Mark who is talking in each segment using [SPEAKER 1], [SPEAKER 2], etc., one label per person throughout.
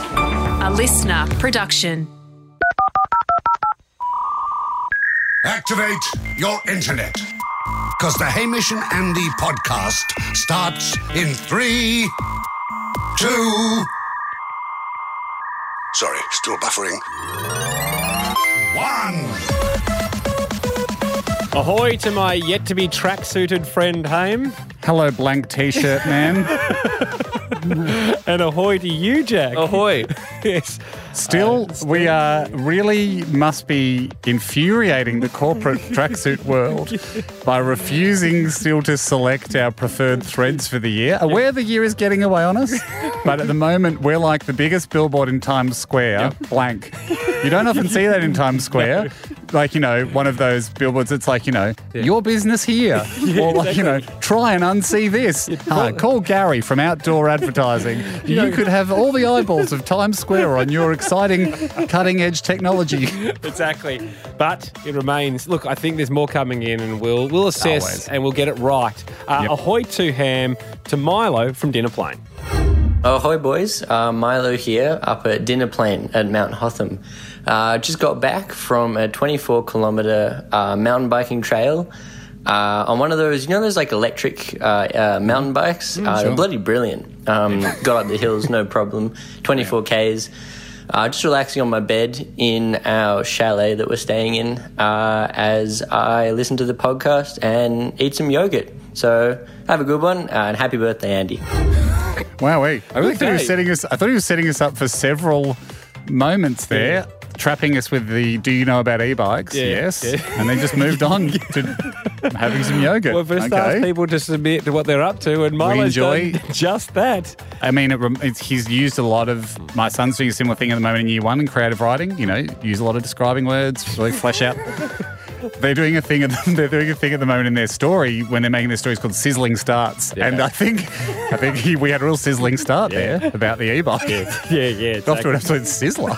[SPEAKER 1] A listener production.
[SPEAKER 2] Activate your internet. Because the Hamish and Andy podcast starts in three, two. Sorry, still buffering. One.
[SPEAKER 3] Ahoy to my yet to be tracksuited friend Haim,
[SPEAKER 4] Hello, blank T-shirt man.
[SPEAKER 3] and ahoy to you, Jack.
[SPEAKER 5] Ahoy.
[SPEAKER 3] Yes.
[SPEAKER 4] Still, we are really must be infuriating the corporate tracksuit world by refusing still to select our preferred threads for the year. Aware the year is getting away on us, but at the moment we're like the biggest billboard in Times Square, blank. You don't often see that in Times Square. Like, you know, one of those billboards that's like, you know, your business here. or like, you know, try and unsee this. Ah, call Gary from Outdoor Advertising. You could have all the eyeballs of Times Square on your exciting cutting edge technology.
[SPEAKER 3] Exactly. But it remains. Look, I think there's more coming in, and we'll we'll assess
[SPEAKER 4] Always.
[SPEAKER 3] and we'll get it right. Uh,
[SPEAKER 4] Yep.
[SPEAKER 3] Ahoy to Ham to Milo from Dinner Plane.
[SPEAKER 5] Ahoy, boys. Uh, Milo here, up at Dinner Plane at Mount Hotham. Uh, just got back from a 24 kilometre uh, mountain biking trail uh, on one of those, you know, those like electric uh, uh, mountain bikes? uh, they're Bloody brilliant. Um, got up the hills, no problem. 24 Ks. Uh, just relaxing on my bed in our chalet that we're staying in uh, as I listen to the podcast and eat some yogurt. So, have a good one uh, and happy birthday, Andy.
[SPEAKER 4] Wow, wait. I really thought he was
[SPEAKER 3] Okay.
[SPEAKER 4] setting us I thought he was setting us up for several moments there. Trapping us with the "Do you know about e-bikes?" yes,
[SPEAKER 3] yeah.
[SPEAKER 4] and then just moved on to having some yogurt.
[SPEAKER 3] Well, first ask people to submit to what they're up to, and Milo's
[SPEAKER 4] enjoy-
[SPEAKER 3] done just that.
[SPEAKER 4] I mean, it, rem- it's, he's used a lot of. My son's doing a similar thing at the moment in year one in creative writing. You know, use a lot of describing words, really flesh out. They're doing a thing. At the, they're doing a thing at the moment in their story when they're making their stories called sizzling starts. And I think, I think he, we had a real sizzling start there about the e-bike.
[SPEAKER 3] Yeah, yeah. Exactly.
[SPEAKER 4] Off to an absolute sizzler.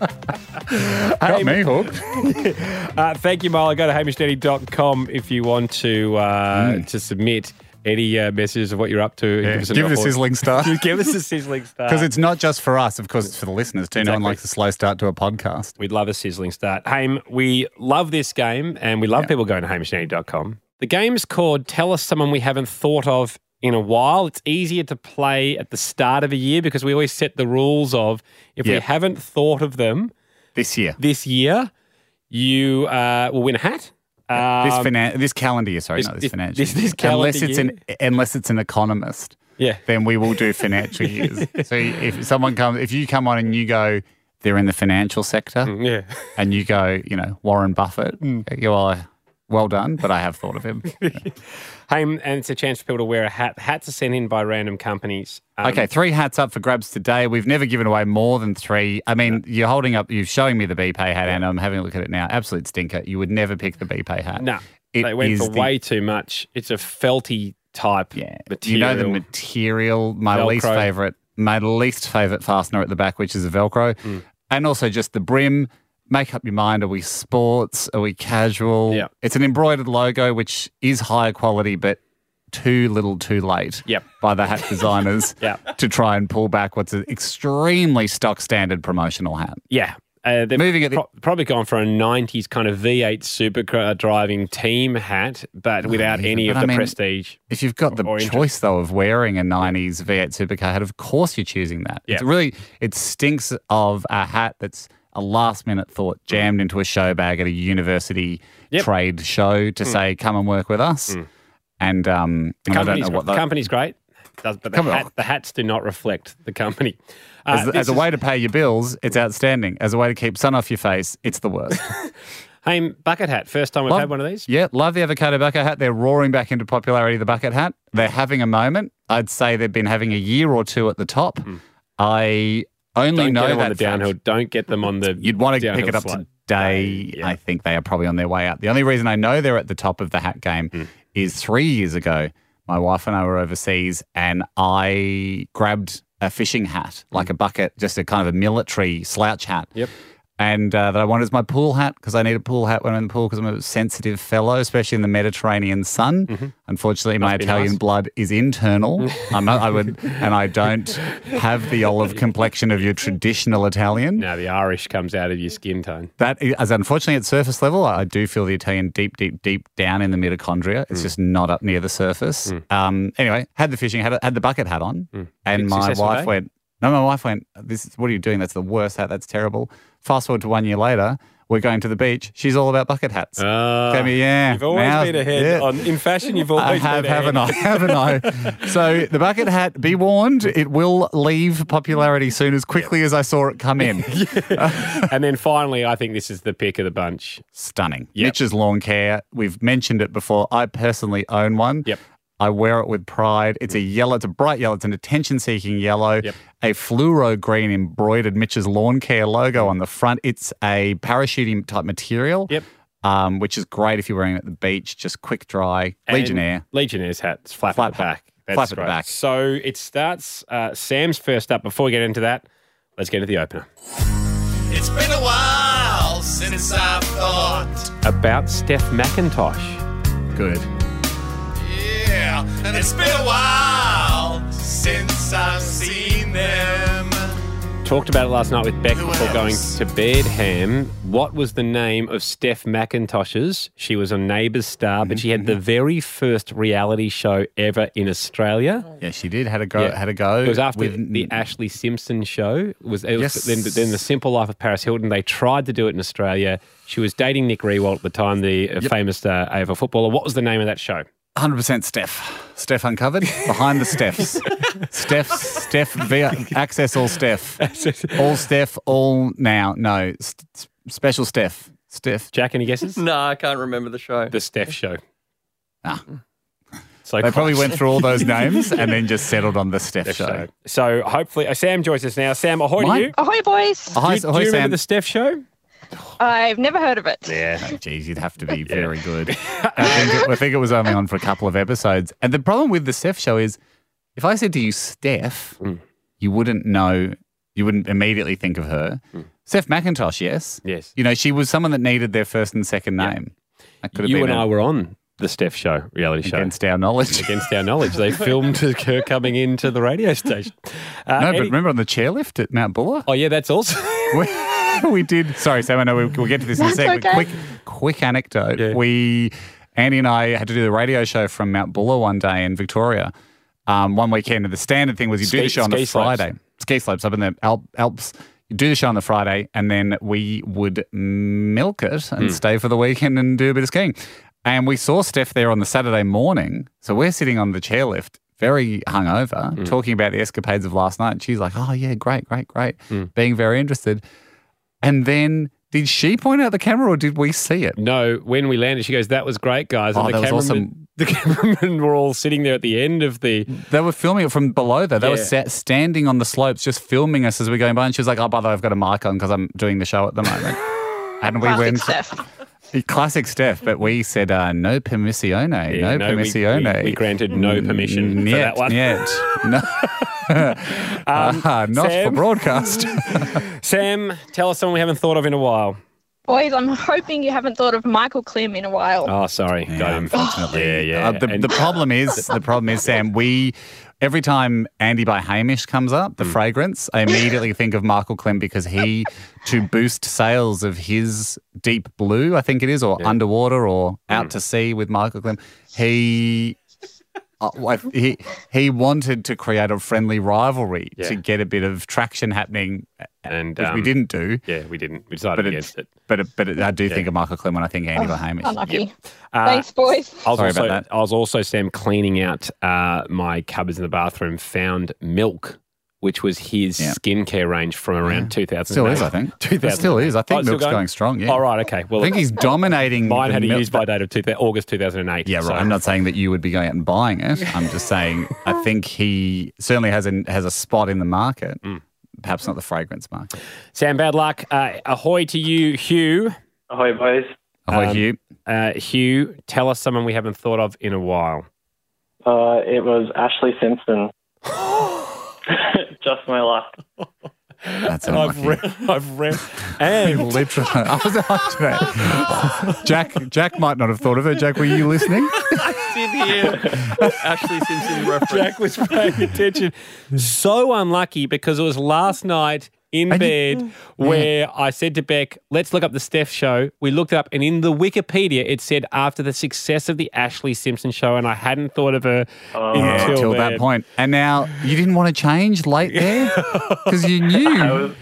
[SPEAKER 4] Got me hooked.
[SPEAKER 3] Uh, thank you, Milo. Go to hamishdaddy.com if you want to uh, to submit any uh, messages of what you're up to.
[SPEAKER 4] Mm. Yeah, Give it a sizzling start.
[SPEAKER 3] Give us a sizzling start.
[SPEAKER 4] Because it's not just for us, of course, it's for the listeners too. No one
[SPEAKER 3] Exactly.
[SPEAKER 4] likes a slow start to a podcast.
[SPEAKER 3] We'd love a sizzling start. Haim, we love this game and we love people going to hamishnanny.com. The game's called Tell Us Someone We Haven't Thought of in a While. It's easier to play at the start of a year because we always set the rules of if we
[SPEAKER 4] Yep.
[SPEAKER 3] haven't thought of them
[SPEAKER 4] This year,
[SPEAKER 3] this year, you uh, will win a hat. Um,
[SPEAKER 4] this finan- this calendar year, sorry,
[SPEAKER 3] this-
[SPEAKER 4] not this
[SPEAKER 3] this-
[SPEAKER 4] financial.
[SPEAKER 3] this-
[SPEAKER 4] year.
[SPEAKER 3] this calendar
[SPEAKER 4] unless it's an unless it's an economist,
[SPEAKER 3] yeah.
[SPEAKER 4] then we will do financial years. So if someone comes, if you come on and you go, they're in the financial sector,
[SPEAKER 3] Yeah.
[SPEAKER 4] and you go, you know, Warren Buffett,
[SPEAKER 3] Hmm.
[SPEAKER 4] you are well done, but I have thought of him.
[SPEAKER 3] Haim, and it's a chance for people to wear a hat. Hats are sent in by random companies. Um,
[SPEAKER 4] Okay, three hats up for grabs today. We've never given away more than three. I mean, you're holding up, you're showing me the BPay hat, and I'm having a look at it now. Absolute stinker. You would never pick the BPay hat.
[SPEAKER 3] No,
[SPEAKER 4] It
[SPEAKER 3] they went
[SPEAKER 4] is
[SPEAKER 3] for
[SPEAKER 4] the-
[SPEAKER 3] way too much. It's a felty type
[SPEAKER 4] Yeah.
[SPEAKER 3] material.
[SPEAKER 4] You know the material, my
[SPEAKER 3] Velcro.
[SPEAKER 4] least favorite, my least favorite fastener at the back, which is a Velcro,
[SPEAKER 3] Mm.
[SPEAKER 4] and also just the brim. Make up your mind. Are we sports? Are we casual?
[SPEAKER 3] Yeah.
[SPEAKER 4] It's an embroidered logo, which is higher quality, but too little too late
[SPEAKER 3] Yep.
[SPEAKER 4] by the hat designers
[SPEAKER 3] Yep.
[SPEAKER 4] to try and pull back what's an extremely stock standard promotional hat.
[SPEAKER 3] yeah. Uh, they've
[SPEAKER 4] Moving at the-
[SPEAKER 3] pro- probably gone for a 90s kind of V8 supercar driving team hat, but without
[SPEAKER 4] even,
[SPEAKER 3] any
[SPEAKER 4] but
[SPEAKER 3] of
[SPEAKER 4] I
[SPEAKER 3] the
[SPEAKER 4] mean-
[SPEAKER 3] prestige.
[SPEAKER 4] If you've got the
[SPEAKER 3] Or interest.
[SPEAKER 4] choice though of wearing a '90s V8 supercar hat, of course you're choosing that. It's
[SPEAKER 3] Yeah.
[SPEAKER 4] really it stinks of a hat that's a last minute thought jammed into a show bag at a university
[SPEAKER 3] Mm. Yep.
[SPEAKER 4] trade show to say, "Come and work with us." And um, and I don't
[SPEAKER 3] Company's,
[SPEAKER 4] know what
[SPEAKER 3] the
[SPEAKER 4] the,
[SPEAKER 3] company's great, does, but the,
[SPEAKER 4] Come
[SPEAKER 3] hat,
[SPEAKER 4] on.
[SPEAKER 3] the hats do not reflect the company. Uh,
[SPEAKER 4] as,
[SPEAKER 3] this
[SPEAKER 4] as a
[SPEAKER 3] is-
[SPEAKER 4] way to pay your bills, it's outstanding. As a way to keep sun off your face, it's the worst.
[SPEAKER 3] Haim, bucket hat. First time we've had one of these.
[SPEAKER 4] Yeah, love the avocado bucket hat. They're roaring back into popularity, the bucket hat. They're having a moment. I'd say they've been having a year or two at the top. I only
[SPEAKER 3] Hmm. Don't
[SPEAKER 4] know
[SPEAKER 3] get them
[SPEAKER 4] that
[SPEAKER 3] on the
[SPEAKER 4] fact.
[SPEAKER 3] downhill. Don't get them on the.
[SPEAKER 4] You'd want to pick
[SPEAKER 3] downhill
[SPEAKER 4] it up
[SPEAKER 3] slide.
[SPEAKER 4] today.
[SPEAKER 3] Yeah.
[SPEAKER 4] I think they are probably on their way up. The only reason I know they're at the top of the hat game
[SPEAKER 3] Hmm.
[SPEAKER 4] is three years ago, my wife and I were overseas and I grabbed a fishing hat, like a bucket, just a kind of a military slouch hat.
[SPEAKER 3] Hmm. Yep.
[SPEAKER 4] and uh, that I wanted is my pool hat because I need a pool hat when I'm in the pool because I'm a sensitive fellow, especially in the Mediterranean sun. Unfortunately, my
[SPEAKER 3] Mm-hmm. be
[SPEAKER 4] Italian
[SPEAKER 3] nice.
[SPEAKER 4] blood is internal. I'm not, I would, and I don't have the olive complexion of your traditional Italian.
[SPEAKER 3] Now the Irish comes out of your skin tone.
[SPEAKER 4] That is, as unfortunately at surface level, I do feel the Italian deep, deep, deep down in the mitochondria.
[SPEAKER 3] Mm.
[SPEAKER 4] It's just not up near the surface. Um, anyway, had the fishing had had the bucket hat on, and
[SPEAKER 3] Big
[SPEAKER 4] my
[SPEAKER 3] Mm. successful eh?
[SPEAKER 4] wife
[SPEAKER 3] day?
[SPEAKER 4] went. No, my wife went. This is what are you doing? That's the worst hat. That's terrible. Fast forward to one year later, we're going to the beach. She's all about bucket hats.
[SPEAKER 3] Ah.
[SPEAKER 4] Gave me, yeah.
[SPEAKER 3] You've always
[SPEAKER 4] now-
[SPEAKER 3] been ahead
[SPEAKER 4] yeah.
[SPEAKER 3] on in fashion. You've always
[SPEAKER 4] I have,
[SPEAKER 3] been ahead.
[SPEAKER 4] haven't I? Haven't I? So the bucket hat, be warned, it will leave popularity soon as quickly as I saw it come in.
[SPEAKER 3] and then finally, I think this is the pick of the bunch.
[SPEAKER 4] stunning.
[SPEAKER 3] Yep.
[SPEAKER 4] Mitch's lawn care. We've mentioned it before. I personally own one.
[SPEAKER 3] Yep. Mm.
[SPEAKER 4] I wear it with pride. It's a yellow. It's a bright yellow. It's an attention-seeking yellow.
[SPEAKER 3] Yep.
[SPEAKER 4] A fluoro green embroidered Mitch's lawn care logo on the front. It's a parachuting type material.
[SPEAKER 3] Mm. Yep.
[SPEAKER 4] Um, which is great if you're wearing it at the beach. Just quick dry.
[SPEAKER 3] And
[SPEAKER 4] Legionnaire.
[SPEAKER 3] Legionnaires hat. It's flap,
[SPEAKER 4] Flap
[SPEAKER 3] at the
[SPEAKER 4] hat.
[SPEAKER 3] back. That's
[SPEAKER 4] Flap at the
[SPEAKER 3] great.
[SPEAKER 4] back.
[SPEAKER 3] So it starts. Uh, Sam's first up. Before we get into that, let's get into the opener.
[SPEAKER 6] It's been a while since I've thought.
[SPEAKER 3] About Steph McIntosh.
[SPEAKER 4] Good.
[SPEAKER 6] Yeah, and it's been a while since I've seen them.
[SPEAKER 3] Talked about it last night with Beck
[SPEAKER 6] Who
[SPEAKER 3] before going
[SPEAKER 6] else?
[SPEAKER 3] to bed. Ham. What was the name of Steph McIntosh's? She was a Neighbours star, but she had
[SPEAKER 4] Mm-hmm.
[SPEAKER 3] the very first reality show ever in Australia.
[SPEAKER 4] Yeah, she did. Had a go.
[SPEAKER 3] Yeah.
[SPEAKER 4] Had a go.
[SPEAKER 3] It was after
[SPEAKER 4] with-
[SPEAKER 3] the Ashley Simpson show. It was, it was
[SPEAKER 4] Yes.
[SPEAKER 3] then, then the Simple Life of Paris Hilton. They tried to do it in Australia. She was dating Nick Rewalt at the time, the uh famous uh, AFL footballer. What was the name of that show?
[SPEAKER 4] 100% Steph. Steph uncovered behind the Stephs. Steph, Steph, via access all Steph. All Steph, all now. No, st- s- special Steph. Steph.
[SPEAKER 3] Jack, any guesses?
[SPEAKER 5] No, I can't remember the show.
[SPEAKER 3] The Steph Show.
[SPEAKER 4] Ah.
[SPEAKER 3] So
[SPEAKER 4] They
[SPEAKER 3] close.
[SPEAKER 4] probably went through all those names and then just settled on the Steph,
[SPEAKER 3] Oh Steph
[SPEAKER 4] show.
[SPEAKER 3] show. So hopefully, uh, Sam joins us now. Sam, ahoy
[SPEAKER 4] Mine?
[SPEAKER 3] to you.
[SPEAKER 7] Ahoy, boys.
[SPEAKER 4] Oh,
[SPEAKER 3] Do
[SPEAKER 4] hi,
[SPEAKER 3] you,
[SPEAKER 4] hi,
[SPEAKER 3] do you
[SPEAKER 4] Sam.
[SPEAKER 3] remember the Steph Show?
[SPEAKER 7] I've never heard of it.
[SPEAKER 4] Yeah. Oh, Geez, you'd have to be very good. I think, it, I think it was only on for a couple of episodes. And the problem with the Steph show is if I said to you, Steph,
[SPEAKER 3] Mm.
[SPEAKER 4] you wouldn't know, you wouldn't immediately think of her.
[SPEAKER 3] Mm.
[SPEAKER 4] Steph McIntosh, yes.
[SPEAKER 3] Yes.
[SPEAKER 4] You know, she was someone that needed their first and second name. That could have
[SPEAKER 3] You
[SPEAKER 4] been
[SPEAKER 3] and I
[SPEAKER 4] a-
[SPEAKER 3] were on the Steph Show reality show.
[SPEAKER 4] against our knowledge.
[SPEAKER 3] Against our knowledge, they filmed her coming into the radio station. Uh,
[SPEAKER 4] no,
[SPEAKER 3] any-
[SPEAKER 4] but remember on the chairlift at Mount Buller?
[SPEAKER 3] oh yeah, that's also.
[SPEAKER 4] we, we did. Sorry, Sam. I know we, we'll get to this in a
[SPEAKER 7] That's
[SPEAKER 4] second.
[SPEAKER 7] okay.
[SPEAKER 4] Quick, quick anecdote.
[SPEAKER 3] Yeah.
[SPEAKER 4] We, Andy and I, had to do the radio show from Mount Buller one day in Victoria. Um, one weekend, and the standard thing was you do
[SPEAKER 3] Ski-
[SPEAKER 4] the show on
[SPEAKER 3] ski
[SPEAKER 4] the
[SPEAKER 3] slopes.
[SPEAKER 4] Friday. Ski slopes up in the Alp, Alps. You do the show on the Friday, and then we would milk it
[SPEAKER 3] Hmm.
[SPEAKER 4] and stay for the weekend and do a bit of skiing. And we saw Steph there on the Saturday morning. So we're sitting on the chairlift, very hungover,
[SPEAKER 3] Hmm.
[SPEAKER 4] talking about the escapades of last night. And she's like, "Oh yeah, great, great, great,"
[SPEAKER 3] Hmm.
[SPEAKER 4] being very interested. And then did she point out the camera or did we see it?
[SPEAKER 3] No, when we landed, she goes, "That was great, guys."
[SPEAKER 4] Oh,
[SPEAKER 3] And the
[SPEAKER 4] that
[SPEAKER 3] cameramen,
[SPEAKER 4] was
[SPEAKER 3] the cameramen were all sitting there at the end of the.
[SPEAKER 4] They were filming it from below though. They were
[SPEAKER 3] Yeah.
[SPEAKER 4] sat standing on the slopes just filming us as we we're going by. And she was like, Oh, by the way, I've got a mic on because I'm doing the show at the moment. and we
[SPEAKER 7] Classic
[SPEAKER 4] went
[SPEAKER 7] Steph.
[SPEAKER 4] classic Steph, but we said uh, no permissione.
[SPEAKER 3] Yeah,
[SPEAKER 4] no
[SPEAKER 3] we-
[SPEAKER 4] permissione.
[SPEAKER 3] We, we granted no permission for
[SPEAKER 4] Niet,
[SPEAKER 3] that one.
[SPEAKER 4] niet. No. Ah, not
[SPEAKER 3] Sam?
[SPEAKER 4] for broadcast.
[SPEAKER 3] Sam, tell us someone we haven't thought of in a while.
[SPEAKER 7] Boys, I'm hoping you haven't thought of Michael Klim in a while.
[SPEAKER 3] Oh, sorry, got him.
[SPEAKER 4] unfortunately.
[SPEAKER 3] Yeah, yeah.
[SPEAKER 4] Uh, the,
[SPEAKER 3] And-
[SPEAKER 4] the problem is, the problem is, Sam. We every time Andy by Hamish comes up,
[SPEAKER 3] Hmm.
[SPEAKER 4] the fragrance, I immediately think of Michael Clem because he to boost sales of his Deep Blue, I think it is, or Underwater, or
[SPEAKER 3] Hmm.
[SPEAKER 4] Out to Sea with Michael Clem. He. uh, I- he he wanted to create a friendly rivalry
[SPEAKER 3] Yeah.
[SPEAKER 4] to get a bit of traction happening, uh,
[SPEAKER 3] And
[SPEAKER 4] which we
[SPEAKER 3] um,
[SPEAKER 4] didn't do.
[SPEAKER 3] Yeah, we didn't. We decided
[SPEAKER 4] But it-
[SPEAKER 3] against it.
[SPEAKER 4] But it, but it, I do think of Michael Clem when I think Andy by Hamish.
[SPEAKER 7] Unlucky.
[SPEAKER 3] Uh,
[SPEAKER 7] Thanks, boys.
[SPEAKER 3] I was
[SPEAKER 4] Sorry
[SPEAKER 3] also,
[SPEAKER 4] about that.
[SPEAKER 3] I was also Sam cleaning out uh, my cupboards in the bathroom. Found milk, which was his
[SPEAKER 4] Yeah.
[SPEAKER 3] skincare range from around 2000.
[SPEAKER 4] Still is, I think. It
[SPEAKER 3] 2000.
[SPEAKER 4] still is. I
[SPEAKER 3] Oh,
[SPEAKER 4] think
[SPEAKER 3] it's still
[SPEAKER 4] milk's going? strong. Yeah.
[SPEAKER 3] All right, okay. Well,
[SPEAKER 4] I think he's dominating.
[SPEAKER 3] mine
[SPEAKER 4] the
[SPEAKER 3] had a
[SPEAKER 4] milk-
[SPEAKER 3] use by date of 2000, August 2008.
[SPEAKER 4] Yeah, right.
[SPEAKER 3] so-
[SPEAKER 4] I'm not saying that you would be going out and buying it. I'm just saying I think he certainly has a has a spot in the market.
[SPEAKER 3] Mm.
[SPEAKER 4] Perhaps not the fragrance market.
[SPEAKER 3] Sam, bad luck. Uh, ahoy to you, Hugh.
[SPEAKER 8] Hi, boys.
[SPEAKER 3] Um,
[SPEAKER 4] Oh, you.
[SPEAKER 3] Uh, Hugh, tell us someone we haven't thought of in a while.
[SPEAKER 8] Uh, it was Ashley Simpson. Just my luck.
[SPEAKER 4] That's
[SPEAKER 3] I've
[SPEAKER 4] unlucky.
[SPEAKER 3] read. I've read. And
[SPEAKER 4] Literally, I was after that. Jack, Jack might not have thought of it. Jack, were you listening?
[SPEAKER 8] Did hear Ashley Simpson reference.
[SPEAKER 3] Jack was paying attention. So unlucky because it was last night in
[SPEAKER 4] And you-
[SPEAKER 3] bed where I said to Beck, let's look up the Steph show. We looked it up, and in the Wikipedia, it said after the success of the Ashley Simpson show, and I hadn't thought of her
[SPEAKER 4] Yeah,
[SPEAKER 3] until,
[SPEAKER 4] till that
[SPEAKER 3] then.
[SPEAKER 4] point. And now you didn't want to change late there because you
[SPEAKER 9] I
[SPEAKER 4] knew.
[SPEAKER 9] was.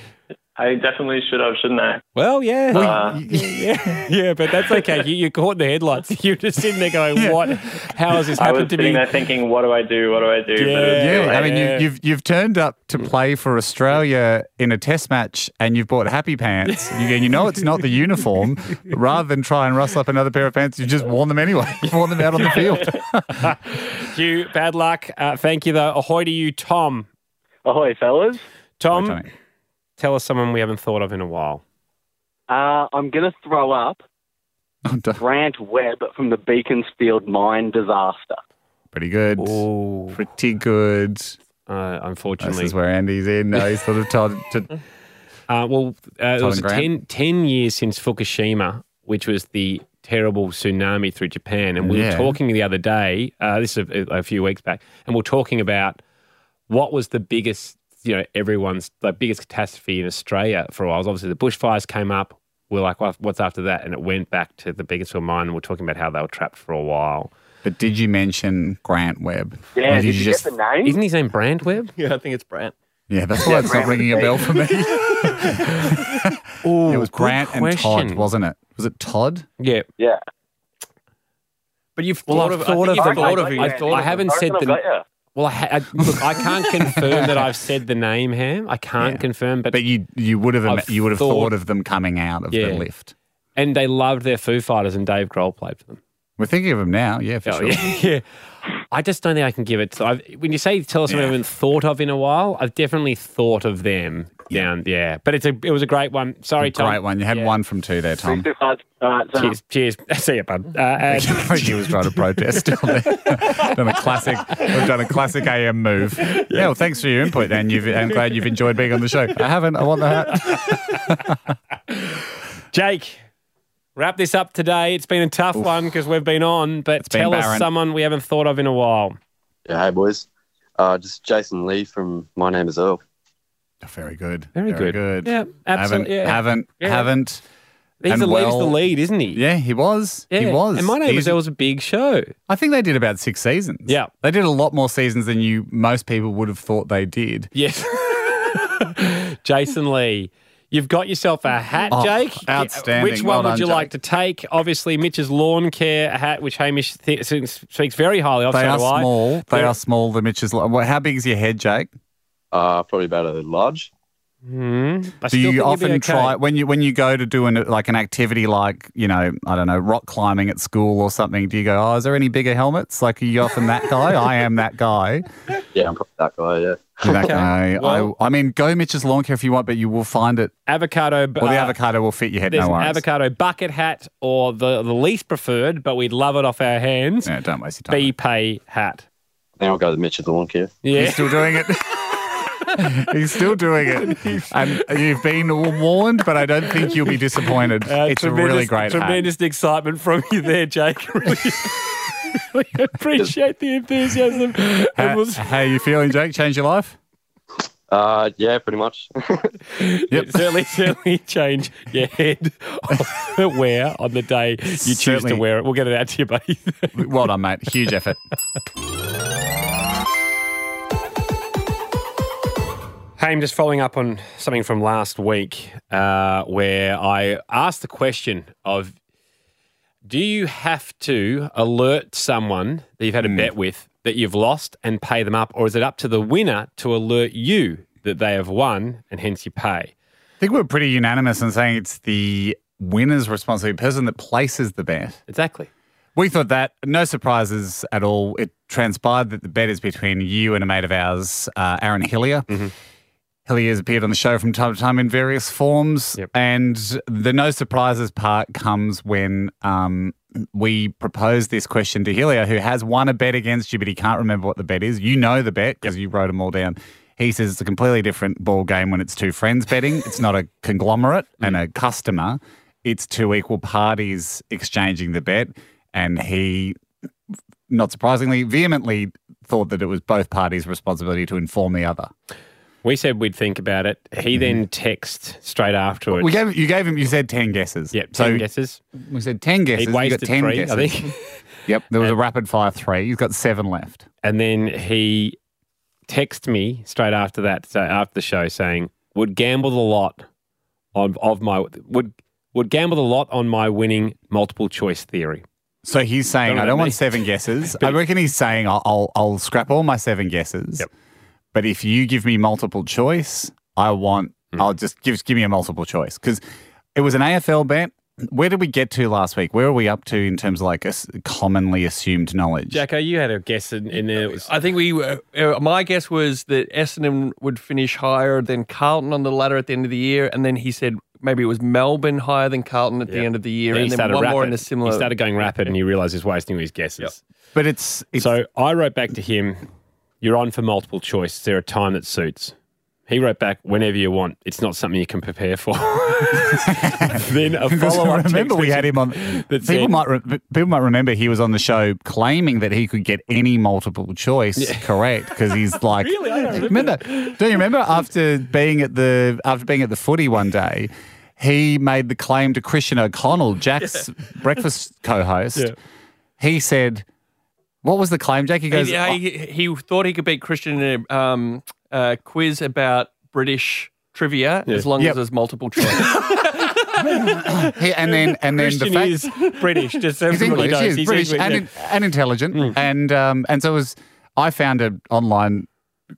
[SPEAKER 9] I definitely should have, shouldn't I?
[SPEAKER 3] Well, yeah.
[SPEAKER 9] Uh,
[SPEAKER 4] Well, you-
[SPEAKER 3] yeah, yeah, but that's okay. You, you caught in the headlights. You're just sitting there going,
[SPEAKER 4] Yeah.
[SPEAKER 3] "What? How has this
[SPEAKER 9] I was
[SPEAKER 3] happened to
[SPEAKER 9] sitting
[SPEAKER 3] me?"
[SPEAKER 9] there thinking, what do I do? What do I do? But it was
[SPEAKER 4] Yeah,
[SPEAKER 9] too
[SPEAKER 4] I
[SPEAKER 9] late.
[SPEAKER 4] mean, you,
[SPEAKER 3] Yeah.
[SPEAKER 4] you've you've turned up to play for Australia in a test match, and you've bought happy pants. You, you know it's not the uniform. Rather than try and rustle up another pair of pants, you've just worn them anyway. You've worn them out on the field.
[SPEAKER 3] Hugh, bad luck. Uh, thank you, though. Ahoy to you, Tom.
[SPEAKER 10] Ahoy, fellas.
[SPEAKER 3] Tom,
[SPEAKER 4] Tommy.
[SPEAKER 3] tell us someone we haven't thought of in a while.
[SPEAKER 10] Uh, I'm going to throw up
[SPEAKER 4] Oh, d-
[SPEAKER 10] Grant Webb from the Beaconsfield mine disaster.
[SPEAKER 4] Pretty good.
[SPEAKER 3] Oh,
[SPEAKER 4] Pretty good.
[SPEAKER 3] uh,
[SPEAKER 4] This
[SPEAKER 3] unfortunately.
[SPEAKER 4] is where Andy's in. No, he's sort of told to.
[SPEAKER 3] Uh, well, uh, it
[SPEAKER 4] Tom
[SPEAKER 3] was
[SPEAKER 4] and Grant.
[SPEAKER 3] 10, 10 years since Fukushima, which was the terrible tsunami through Japan. And we
[SPEAKER 4] Yeah.
[SPEAKER 3] were talking the other day, uh, this is a, a few weeks back, and we are talking about what was the biggest, you know, everyone's, the biggest catastrophe in Australia for a while. It was obviously the bushfires came up. We are like, "Well, what's after that? And it went back to the Beaconsfield mine. And we are talking about how they were trapped for a while.
[SPEAKER 4] But did you mention Grant Webb? Or
[SPEAKER 10] Yeah, did you
[SPEAKER 4] Oh, just-
[SPEAKER 10] get the name?
[SPEAKER 3] Isn't his name Brand Webb?
[SPEAKER 8] Yeah, I think it's Brant.
[SPEAKER 4] Yeah, that's why it's not ringing a bell for me.
[SPEAKER 3] Oh,
[SPEAKER 4] It was Grant and Todd, wasn't it? Was it Todd?
[SPEAKER 3] Yeah.
[SPEAKER 10] Yeah.
[SPEAKER 8] But you've
[SPEAKER 3] Well,
[SPEAKER 8] thought
[SPEAKER 3] I've
[SPEAKER 8] of.
[SPEAKER 3] thought
[SPEAKER 8] I
[SPEAKER 3] of
[SPEAKER 8] think you've
[SPEAKER 3] them.
[SPEAKER 8] thought of who
[SPEAKER 10] I-
[SPEAKER 8] you've thought
[SPEAKER 3] I
[SPEAKER 8] of.
[SPEAKER 3] haven't said
[SPEAKER 10] I've
[SPEAKER 3] the
[SPEAKER 10] got ya.
[SPEAKER 3] Well, I, ha- I, look, I can't confirm that I've said the name, Ham. I can't
[SPEAKER 4] Yeah.
[SPEAKER 3] confirm, but,
[SPEAKER 4] But you you would have
[SPEAKER 3] I've
[SPEAKER 4] you would have thought,
[SPEAKER 3] thought-
[SPEAKER 4] of them coming out of
[SPEAKER 3] Yeah.
[SPEAKER 4] the lift.
[SPEAKER 3] and they loved their Foo Fighters, and Dave Grohl played for them.
[SPEAKER 4] We're thinking of them now, Oh, yeah, for sure.
[SPEAKER 3] Oh, yeah, yeah. I just don't think I can give it. So I've, when you say tell us something I haven't thought of in a while, I've definitely thought of them. Yeah. Down, yeah. But it's a it was a great one. Sorry, Tom.
[SPEAKER 4] Great one. You had
[SPEAKER 3] Yeah.
[SPEAKER 4] one from two there, Tom.
[SPEAKER 10] All right, so
[SPEAKER 3] Cheers. Cheers. See you, bud. Uh, and-
[SPEAKER 4] he was trying to protest. on the- done a classic. We've done a classic AM move. Yeah. Well, thanks for your input, and you've, I'm glad you've enjoyed being on the show. I haven't. I want the hat.
[SPEAKER 3] Jake, wrap this up today. It's been a tough one one because we've been on, but
[SPEAKER 4] been
[SPEAKER 3] tell us
[SPEAKER 4] barren.
[SPEAKER 3] someone we haven't thought of in a while.
[SPEAKER 11] Yeah, hey boys. Uh, just Jason Lee from My Name Is Earl.
[SPEAKER 4] Very good.
[SPEAKER 3] Very good. Yeah, absolutely,
[SPEAKER 4] Haven't.
[SPEAKER 3] yeah.
[SPEAKER 4] Haven't.
[SPEAKER 3] Yeah.
[SPEAKER 4] Haven't.
[SPEAKER 3] He's
[SPEAKER 4] And
[SPEAKER 3] the lead's the
[SPEAKER 4] well-
[SPEAKER 3] lead, isn't he?
[SPEAKER 4] Yeah, he was. He
[SPEAKER 3] Yeah.
[SPEAKER 4] was.
[SPEAKER 3] And my name
[SPEAKER 4] He's-
[SPEAKER 3] is It was a big show.
[SPEAKER 4] I think they did about six seasons.
[SPEAKER 3] Yeah.
[SPEAKER 4] They did a lot more seasons than you most people would have thought they did.
[SPEAKER 3] Yes. Jason Lee. You've got yourself a hat,
[SPEAKER 4] Oh,
[SPEAKER 3] Jake.
[SPEAKER 4] outstanding.
[SPEAKER 3] Which one
[SPEAKER 4] Well
[SPEAKER 3] would
[SPEAKER 4] done,
[SPEAKER 3] you like to
[SPEAKER 4] Jake.
[SPEAKER 3] take? Obviously, Mitch's lawn care hat, which Hamish th- speaks very highly of.
[SPEAKER 4] They
[SPEAKER 3] so
[SPEAKER 4] are
[SPEAKER 3] do I.
[SPEAKER 4] small. They
[SPEAKER 3] They're-
[SPEAKER 4] are small. The Mitch's. lo- Well, How big is your head, Jake?
[SPEAKER 11] Uh, probably about a large.
[SPEAKER 3] Hmm. I
[SPEAKER 4] Do
[SPEAKER 3] still think
[SPEAKER 4] you
[SPEAKER 3] you'll be
[SPEAKER 4] often
[SPEAKER 3] okay.
[SPEAKER 4] try when you when you go to do an like an activity like you know I don't know rock climbing at school or something? Do you go? Oh, is there any bigger helmets? Like are you often that guy? I am that guy.
[SPEAKER 11] Yeah, I'm probably that guy. Yeah.
[SPEAKER 4] You're That guy.
[SPEAKER 3] well-
[SPEAKER 4] I, I mean, go Mitch's lawn care if you want, but you will find it.
[SPEAKER 3] avocado? b-
[SPEAKER 4] Well, the
[SPEAKER 3] uh,
[SPEAKER 4] avocado will fit your head.
[SPEAKER 3] There's
[SPEAKER 4] No
[SPEAKER 3] an
[SPEAKER 4] worries.
[SPEAKER 3] avocado bucket hat, or the, the least preferred, but we'd love it off our hands.
[SPEAKER 4] Yeah, don't waste your time.
[SPEAKER 3] B pay hat.
[SPEAKER 11] I think I'll go to Mitch of the Lawn Care.
[SPEAKER 3] Yeah.
[SPEAKER 4] He's still doing it. He's still doing it. And you've been warned, but I don't think you'll be disappointed.
[SPEAKER 3] Uh,
[SPEAKER 4] it's a really great hat.
[SPEAKER 3] Tremendous excitement from you there, Jake. Really, really appreciate the enthusiasm. It
[SPEAKER 4] How,
[SPEAKER 3] was-
[SPEAKER 4] how you feeling, Jake? Change your life?
[SPEAKER 11] Uh, yeah, pretty much.
[SPEAKER 3] it certainly, certainly change your head the wear on the day you choose
[SPEAKER 4] Certainly.
[SPEAKER 3] to wear it. We'll get it out to you, buddy.
[SPEAKER 4] Well done, mate. Huge effort.
[SPEAKER 3] Hey, I'm just following up on something from last week uh, where I asked the question of do you have to alert someone that you've had a
[SPEAKER 4] Hmm.
[SPEAKER 3] bet with that you've lost and pay them up, or is it up to the winner to alert you that they have won and hence you pay?
[SPEAKER 4] I think we're pretty unanimous in saying it's the winner's responsibility, the person that places the bet.
[SPEAKER 3] Exactly.
[SPEAKER 4] We thought that, no surprises at all. It transpired that the bet is between you and a mate of ours, uh, Aaron Hillier. Hillier's appeared on the show from time to time in various forms.
[SPEAKER 3] Yep.
[SPEAKER 4] And the no surprises part comes when um, we propose this question to Hillier, who has won a bet against you, but he can't remember what the bet is. You know the bet because you wrote them all down. He says it's a completely different ball game when it's two friends betting. It's not a conglomerate and a customer. It's two equal parties exchanging the bet. And he, not surprisingly, vehemently thought that it was both parties' responsibility to inform the other.
[SPEAKER 3] We said we'd think about it. He
[SPEAKER 4] Hmm.
[SPEAKER 3] then texts straight afterwards.
[SPEAKER 4] We gave, you gave him, you said 10 guesses.
[SPEAKER 3] Yep, 10
[SPEAKER 4] So-
[SPEAKER 3] guesses.
[SPEAKER 4] We said 10 guesses.
[SPEAKER 3] He
[SPEAKER 4] You got
[SPEAKER 3] wasted
[SPEAKER 4] 10
[SPEAKER 3] three, I
[SPEAKER 4] guesses.
[SPEAKER 3] think.
[SPEAKER 4] Yep, there was a rapid fire three. He's got seven left.
[SPEAKER 3] And then he texted me straight after that, so after the show, saying, "Would gamble the lot on of my would would gamble the lot on my winning multiple choice theory."
[SPEAKER 4] So he's saying, I don't want seven guesses. I reckon he's saying, I'll, I'll, I'll scrap all my seven guesses. But if you give me multiple choice, I want,
[SPEAKER 3] Hmm.
[SPEAKER 4] I'll just give, give me a multiple choice. Because it was an AFL bet. Where did we get to last week? Where are we up to in terms of like a s- commonly assumed knowledge?
[SPEAKER 3] Jacko, you had a guess in, in there. It was,
[SPEAKER 8] I think we. were- Uh, my guess was that Essendon would finish higher than Carlton on the ladder at the end of the year, and then he said maybe it was Melbourne higher than Carlton at the end of the year,
[SPEAKER 3] Then he
[SPEAKER 8] and then
[SPEAKER 3] started
[SPEAKER 8] one more
[SPEAKER 3] rapid.
[SPEAKER 8] in a similar.
[SPEAKER 3] He started going rapid, and you realised he's wasting all his guesses.
[SPEAKER 4] But it's, it's
[SPEAKER 3] so I wrote back to him, "You're on for multiple choice. Is there a time that suits?" He wrote back, "Whenever you want. It's not something you can prepare for." then a
[SPEAKER 4] Because
[SPEAKER 3] follow up.
[SPEAKER 4] remember we had him on. People
[SPEAKER 3] said-
[SPEAKER 4] might re- people might remember he was on the show claiming that he could get any multiple choice correct because he's like
[SPEAKER 3] Really? I don't
[SPEAKER 4] remember. Do you remember after being at the after being at the footy one day, he made the claim to Christian O'Connell, Jack's breakfast co-host. He said, "What was the claim, Jack?" He
[SPEAKER 8] He,
[SPEAKER 4] goes, "Oh,
[SPEAKER 8] he, he thought he could beat Christian in a um, uh, quiz about British trivia as long
[SPEAKER 4] Yep.
[SPEAKER 8] as there's multiple choice.
[SPEAKER 4] He- and then and then the
[SPEAKER 3] Christian
[SPEAKER 4] fact
[SPEAKER 3] is British. Just so
[SPEAKER 4] he's
[SPEAKER 3] everybody
[SPEAKER 4] English,
[SPEAKER 3] knows,
[SPEAKER 4] he's
[SPEAKER 3] he's
[SPEAKER 4] British
[SPEAKER 3] English, Mm.
[SPEAKER 4] and,
[SPEAKER 3] yeah.
[SPEAKER 4] in- and intelligent, and um, and so it was. I found an online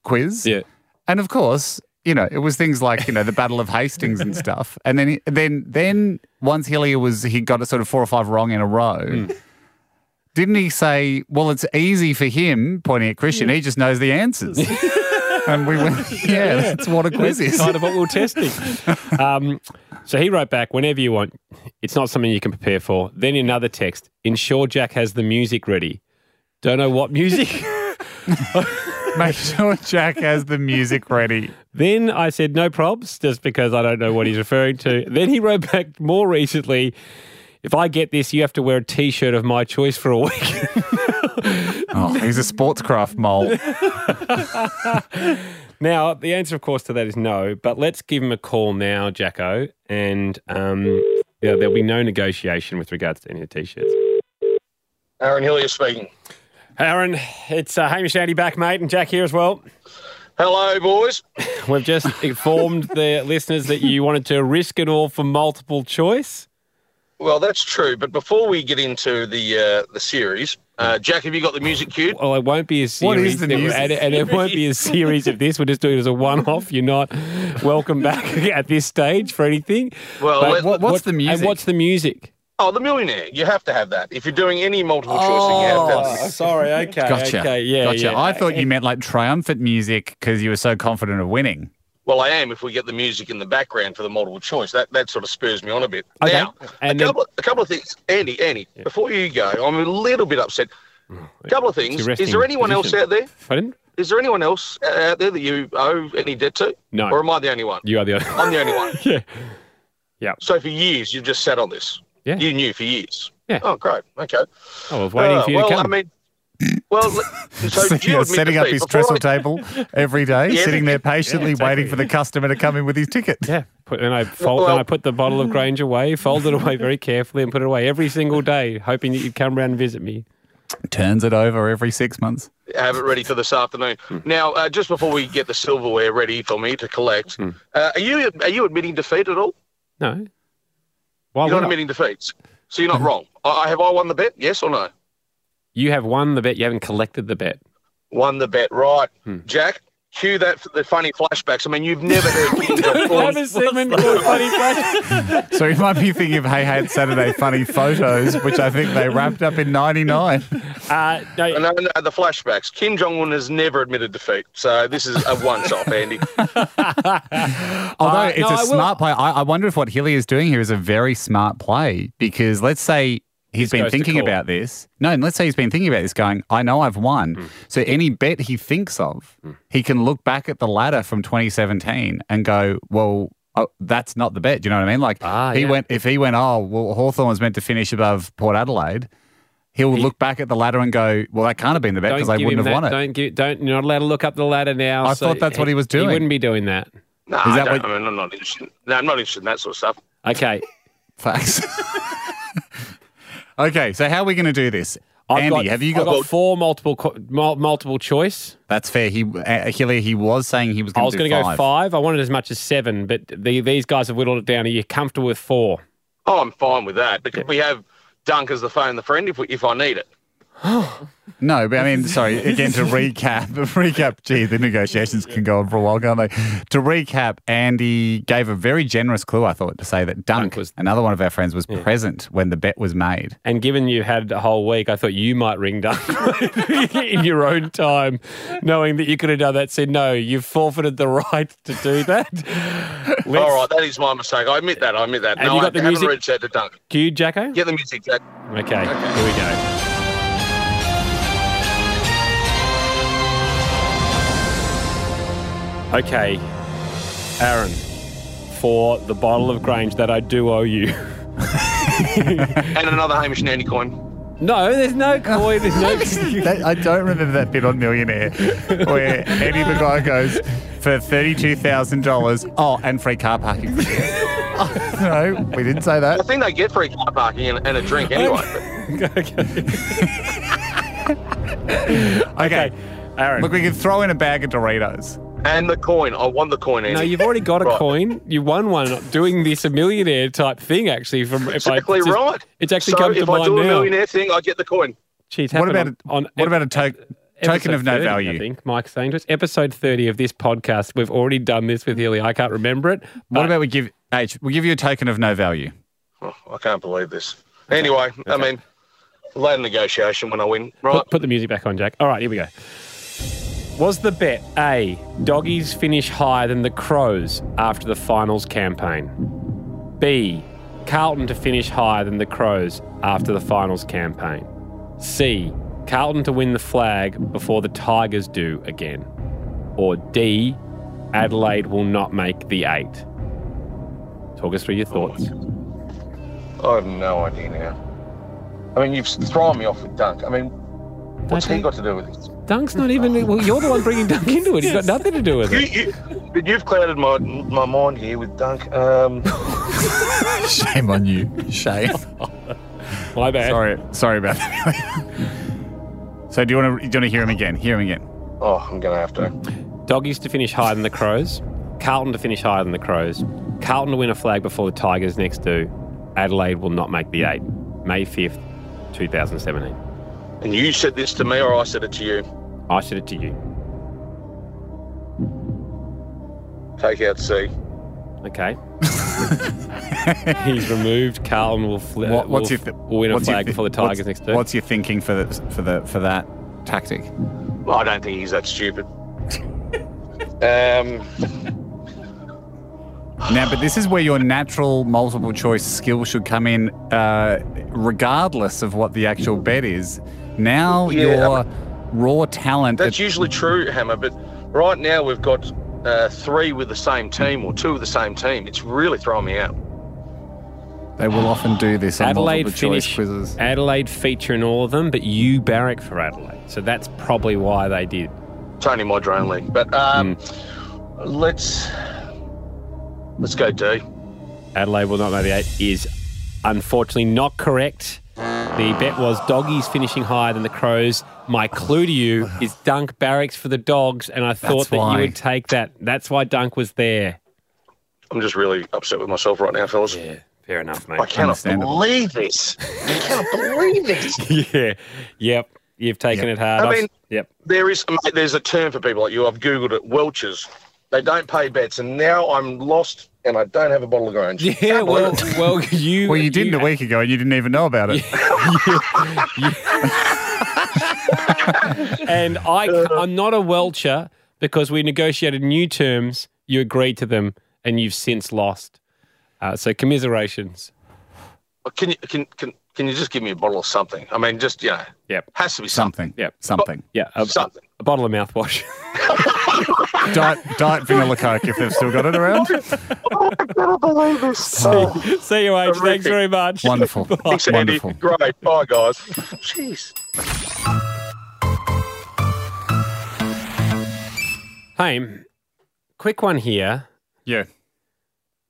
[SPEAKER 4] quiz,
[SPEAKER 3] Yeah.
[SPEAKER 4] and of course, you know, it was things like you know the Battle of Hastings and stuff, and then then then once Hillier was he got it sort of four or five wrong in a row.
[SPEAKER 3] Hmm.
[SPEAKER 4] Didn't he say, well, it's easy for him, pointing at Christian, he just knows the answers. and we went, yeah, that's what a quiz
[SPEAKER 3] That's
[SPEAKER 4] is.
[SPEAKER 3] kind of what we we're testing. um, so he wrote back, whenever you want, it's not something you can prepare for. Then in another text, ensure Jack has the music ready. Don't know what music.
[SPEAKER 4] Make sure Jack has the music ready.
[SPEAKER 3] then I said, no probs, just because I don't know what he's referring to. Then he wrote back more recently, if I get this, you have to wear a t shirt of my choice for a week.
[SPEAKER 4] Oh, he's a sportscraft mole.
[SPEAKER 3] now, the answer, of course, to that is no, but let's give him a call now, Jacko, and um, yeah, there'll be no negotiation with regards to any of the t shirts.
[SPEAKER 12] Aaron Hillier speaking.
[SPEAKER 3] Aaron, it's uh, Hamish Andy back, mate, and Jack here as well.
[SPEAKER 12] Hello, boys.
[SPEAKER 3] We've just informed the listeners that you wanted to risk it all for multiple choice.
[SPEAKER 12] Well, that's true. But before we get into the uh, the series, uh, Jack, have you got the music cued?
[SPEAKER 3] Well, it won't be a series,
[SPEAKER 4] What is the
[SPEAKER 3] that-
[SPEAKER 4] music?
[SPEAKER 3] and, and it won't be a series of this. We're just doing it as a one-off. You're not welcome back at this stage for anything.
[SPEAKER 12] Well,
[SPEAKER 3] But
[SPEAKER 12] let's-
[SPEAKER 4] What- what's the
[SPEAKER 3] And
[SPEAKER 4] music?
[SPEAKER 3] what's the music?
[SPEAKER 12] Oh, the millionaire. You have to have that. If you're doing any multiple choice, thing, you have to have
[SPEAKER 3] Oh,
[SPEAKER 12] the music.
[SPEAKER 3] sorry. Okay.
[SPEAKER 4] Gotcha.
[SPEAKER 3] Okay. Yeah.
[SPEAKER 4] gotcha.
[SPEAKER 3] yeah.
[SPEAKER 4] I thought you meant like triumphant music because you were so confident of winning.
[SPEAKER 12] Well, I am if we get the music in the background for the multiple choice. That that sort of spurs me on a bit.
[SPEAKER 3] Okay.
[SPEAKER 12] Now,
[SPEAKER 3] And
[SPEAKER 12] a,
[SPEAKER 3] then-
[SPEAKER 12] couple, a couple of things. Andy, Andy, before you go, I'm a little bit upset. A couple of things.
[SPEAKER 3] your
[SPEAKER 12] Is there
[SPEAKER 3] Mm. resting
[SPEAKER 12] anyone
[SPEAKER 3] position.
[SPEAKER 12] else out there?
[SPEAKER 3] Pardon?
[SPEAKER 12] Is there anyone else out there that you owe any debt to?
[SPEAKER 3] No.
[SPEAKER 12] Or am I the only one?
[SPEAKER 3] You are the other.
[SPEAKER 12] I'm the only one.
[SPEAKER 3] yeah. Yeah.
[SPEAKER 12] So for years, you've just sat on this.
[SPEAKER 3] Yeah.
[SPEAKER 12] You knew for years.
[SPEAKER 3] Yeah.
[SPEAKER 12] Oh, great. Okay.
[SPEAKER 3] I was waiting
[SPEAKER 12] Uh,
[SPEAKER 3] for you
[SPEAKER 12] well,
[SPEAKER 3] to come.
[SPEAKER 12] I mean, well, le- so do you
[SPEAKER 4] Yeah,
[SPEAKER 12] admit
[SPEAKER 4] setting
[SPEAKER 12] defeat
[SPEAKER 4] up his
[SPEAKER 12] before
[SPEAKER 4] trestle
[SPEAKER 12] I-
[SPEAKER 4] table every day,
[SPEAKER 12] Yeah,
[SPEAKER 4] sitting there patiently
[SPEAKER 3] exactly.
[SPEAKER 4] waiting for the customer to come in with his ticket.
[SPEAKER 3] yeah. Put, and I fold,
[SPEAKER 12] Well-
[SPEAKER 3] and I put the bottle of Grange away, fold it away very carefully, and put it away every single day, hoping that you'd come round and visit me.
[SPEAKER 4] Turns it over every six months.
[SPEAKER 12] have it ready for this afternoon. Now, uh, just before we get the silverware ready for me to collect, uh, are you are you admitting defeat at all?
[SPEAKER 3] No. Why
[SPEAKER 12] you're
[SPEAKER 3] would
[SPEAKER 12] not
[SPEAKER 3] I?
[SPEAKER 12] admitting defeats, so you're not wrong. I, I- have I won the bet? Yes or no?
[SPEAKER 3] You have won the bet. You haven't collected the bet.
[SPEAKER 12] Won the bet, right? Jack, cue that the funny flashbacks. I mean, you've never heard Kings of Thorns.
[SPEAKER 4] So he might be thinking of Hey Hey It's Saturday funny photos, which I think they wrapped up in '99.
[SPEAKER 3] Uh, no,
[SPEAKER 12] No, no, the flashbacks. Kim Jong Un has never admitted defeat, so this is a once-off, Andy.
[SPEAKER 4] Although
[SPEAKER 3] Uh,
[SPEAKER 4] it's
[SPEAKER 3] no,
[SPEAKER 4] a
[SPEAKER 3] I will-
[SPEAKER 4] smart play, I, I wonder if what Hilly is doing here is a very smart play because let's say he's
[SPEAKER 3] goes
[SPEAKER 4] been
[SPEAKER 3] to
[SPEAKER 4] thinking
[SPEAKER 3] court.
[SPEAKER 4] about this. No, and let's say he's been thinking about this, going, I know I've won.
[SPEAKER 3] Hmm.
[SPEAKER 4] So any bet he thinks of, he can look back at the ladder from 2017 and go, well, oh, that's not the bet. Do you know what I mean? Like he
[SPEAKER 3] Ah, yeah.
[SPEAKER 4] went, if he went, oh, well, Hawthorn was meant to finish above Port Adelaide. He'll look back at the ladder and go, well, that can't have been the bet because they
[SPEAKER 3] give
[SPEAKER 4] wouldn't
[SPEAKER 3] him
[SPEAKER 4] have
[SPEAKER 3] that.
[SPEAKER 4] won it.
[SPEAKER 3] Don't give, don't. You're not allowed to look up the ladder now.
[SPEAKER 4] I
[SPEAKER 3] so
[SPEAKER 4] thought that's what he was doing.
[SPEAKER 3] He wouldn't be doing that.
[SPEAKER 12] No,
[SPEAKER 4] Is
[SPEAKER 12] I,
[SPEAKER 4] that
[SPEAKER 12] don't,
[SPEAKER 4] what-
[SPEAKER 12] I mean, I'm not interested. No, I'm not interested in that sort of stuff.
[SPEAKER 3] Okay.
[SPEAKER 4] Facts. okay, so how are we going to do this?
[SPEAKER 3] I've
[SPEAKER 4] Andy,
[SPEAKER 3] got,
[SPEAKER 4] have you got,
[SPEAKER 3] I've got four multiple co- mul- multiple choice?
[SPEAKER 4] That's fair. He uh, Hillier, he was saying he was
[SPEAKER 3] I
[SPEAKER 4] going
[SPEAKER 3] was
[SPEAKER 4] to
[SPEAKER 3] going to go five. I wanted as much as seven, but the, these guys have whittled it down. Are you comfortable with four?
[SPEAKER 12] Oh, I'm fine with that because we have Dunk as the phone, the friend, if, we, if I need it.
[SPEAKER 4] No, but I mean, sorry, again, to recap, recap, gee, the negotiations can go on for a while, can't they? To recap, Andy gave a very generous clue, I thought, to say that Dunk, another one of our friends, was present when the bet was made.
[SPEAKER 3] And given you had a whole week, I thought you might ring Dunk in your own time, knowing that you could have done that. Said no, you've forfeited the right to do that. Let's-
[SPEAKER 12] All right, that is my mistake. I admit that. I admit that.
[SPEAKER 3] Have
[SPEAKER 12] no,
[SPEAKER 3] you got
[SPEAKER 12] I
[SPEAKER 3] the
[SPEAKER 12] haven't
[SPEAKER 3] music?
[SPEAKER 12] reached out to Dunk.
[SPEAKER 3] Cue Jacko.
[SPEAKER 12] Get the music, Jack.
[SPEAKER 3] Okay, here we go. Okay, Aaron, for the bottle of Grange that I do owe you.
[SPEAKER 12] and another Hamish and Andy coin.
[SPEAKER 3] No, there's no coin. There's no.
[SPEAKER 4] That- I don't remember that bit on Millionaire where Eddie the guy goes for $32,000. Oh, and free car parking. Oh, no, we didn't say
[SPEAKER 12] I
[SPEAKER 4] that.
[SPEAKER 12] think they get free car parking and, and a drink anyway.
[SPEAKER 4] Okay. Aaron. Look, we can throw in a bag of Doritos.
[SPEAKER 12] and the coin. I want the coin, Andy.
[SPEAKER 3] No, you've already got a
[SPEAKER 12] Right.
[SPEAKER 3] coin. You won one doing this a millionaire type thing. Actually, from if
[SPEAKER 12] Exactly
[SPEAKER 3] I, it's-
[SPEAKER 12] right.
[SPEAKER 3] It's actually
[SPEAKER 12] so
[SPEAKER 3] come to
[SPEAKER 12] if I
[SPEAKER 3] mind
[SPEAKER 12] do a
[SPEAKER 3] now.
[SPEAKER 12] millionaire thing, I get the coin.
[SPEAKER 3] Jeez,
[SPEAKER 4] What
[SPEAKER 3] happened
[SPEAKER 4] about,
[SPEAKER 3] on,
[SPEAKER 4] a,
[SPEAKER 3] on
[SPEAKER 4] what about a to- token
[SPEAKER 3] episode
[SPEAKER 4] of no
[SPEAKER 3] 30, I
[SPEAKER 4] value?
[SPEAKER 3] think Mike's saying to us, episode thirty of this podcast. We've already done this with Healy. I can't remember it.
[SPEAKER 4] What about we give H? We'll give you a token of no value.
[SPEAKER 12] Oh, I can't believe this. Anyway, I mean, late negotiation when I win, right?
[SPEAKER 3] Put, put the music back on, Jack. All right, here we go. Was the bet A, doggies finish higher than the Crows after the finals campaign? B, Carlton to finish higher than the Crows after the finals campaign? C, Carlton to win the flag before the Tigers do again? Or D, Adelaide will not make the eight? Talk us through your thoughts.
[SPEAKER 12] I have no idea now. I mean, you've thrown me off with Dunk. I mean, what's he got to do with this?
[SPEAKER 3] Dunk's not even. Well, you're the one bringing Dunk into it. He's got nothing to do with
[SPEAKER 12] You,
[SPEAKER 3] it.
[SPEAKER 12] you, but you've clouded my my mind here with Dunk. Um,
[SPEAKER 4] Shame on you. Shame.
[SPEAKER 3] My bad.
[SPEAKER 4] Sorry, sorry about that. so do you want to do you want to hear him again? Hear him again.
[SPEAKER 12] oh, I'm going to have to.
[SPEAKER 3] Doggies to finish higher than the Crows. Carlton to finish higher than the Crows. Carlton to win a flag before the Tigers next do. Adelaide will not make the eight. May 5th, 2017.
[SPEAKER 12] And you said this to me, or I said it to you.
[SPEAKER 3] I said it to you.
[SPEAKER 12] Take out C.
[SPEAKER 3] Okay. He's removed. Carlton will, fl-
[SPEAKER 4] What, what's
[SPEAKER 3] will,
[SPEAKER 4] your th-
[SPEAKER 3] will win a
[SPEAKER 4] what's your
[SPEAKER 3] flag
[SPEAKER 4] thi-
[SPEAKER 3] before the Tigers
[SPEAKER 4] what's,
[SPEAKER 3] next do.
[SPEAKER 4] What's your thinking for the for the for that tactic?
[SPEAKER 12] Well, I don't think he's that stupid. um,
[SPEAKER 4] Now, but this is where your natural multiple choice skill should come in, uh, regardless of what the actual bet is. Now
[SPEAKER 12] Yeah,
[SPEAKER 4] your raw talent.
[SPEAKER 12] that's usually true, Hammer. But right now we've got uh, three with the same team, or two with the same team. It's really throwing me out.
[SPEAKER 4] they will often do this on
[SPEAKER 3] Adelaide
[SPEAKER 4] multiple choice
[SPEAKER 3] finish.
[SPEAKER 4] quizzes.
[SPEAKER 3] Adelaide feature in all of them, but you barrack for Adelaide. So that's probably why they did.
[SPEAKER 12] It's only my drone league. But um, let's let's go D.
[SPEAKER 3] Adelaide will not make the eight is unfortunately not correct. The bet was doggies finishing higher than the crows. My clue to you is Dunk barracks for the dogs, and I thought
[SPEAKER 4] That's
[SPEAKER 3] that
[SPEAKER 4] why.
[SPEAKER 3] you would take that. That's why Dunk was there.
[SPEAKER 12] I'm just really upset with myself right now, fellas.
[SPEAKER 3] Fair enough, mate.
[SPEAKER 12] I cannot
[SPEAKER 4] Understandable.
[SPEAKER 12] believe this. I cannot believe this.
[SPEAKER 3] yeah. Yep. You've taken it hard.
[SPEAKER 12] I
[SPEAKER 3] I've-
[SPEAKER 12] mean-
[SPEAKER 3] yep.
[SPEAKER 12] There is mate, there's a term for people like you. I've googled it. Welchers. They don't pay bets, and now I'm lost, and I don't have a bottle of orange.
[SPEAKER 3] Yeah. Well, well, you.
[SPEAKER 4] Well, you didn't a week ago, and you didn't even know about it.
[SPEAKER 3] And I, ca- I'm not a welcher because we negotiated new terms. You agreed to them, and you've since lost. Uh, so commiserations.
[SPEAKER 12] Well, Can you can can can you just give me a bottle of something? I mean, just you know,
[SPEAKER 3] yep, Uh,
[SPEAKER 12] has to be
[SPEAKER 4] Something. Yeah. Something.
[SPEAKER 3] Yeah. A, something. A, bottle of mouthwash.
[SPEAKER 4] diet, diet vanilla coke if they've still got it around.
[SPEAKER 12] I believe this.
[SPEAKER 3] See, see you, H. Thanks very much.
[SPEAKER 4] Wonderful.
[SPEAKER 12] Thanks, Andy.
[SPEAKER 4] Wonderful.
[SPEAKER 12] Great. Bye, guys. Jeez.
[SPEAKER 3] Haim, quick one here.
[SPEAKER 4] Yeah.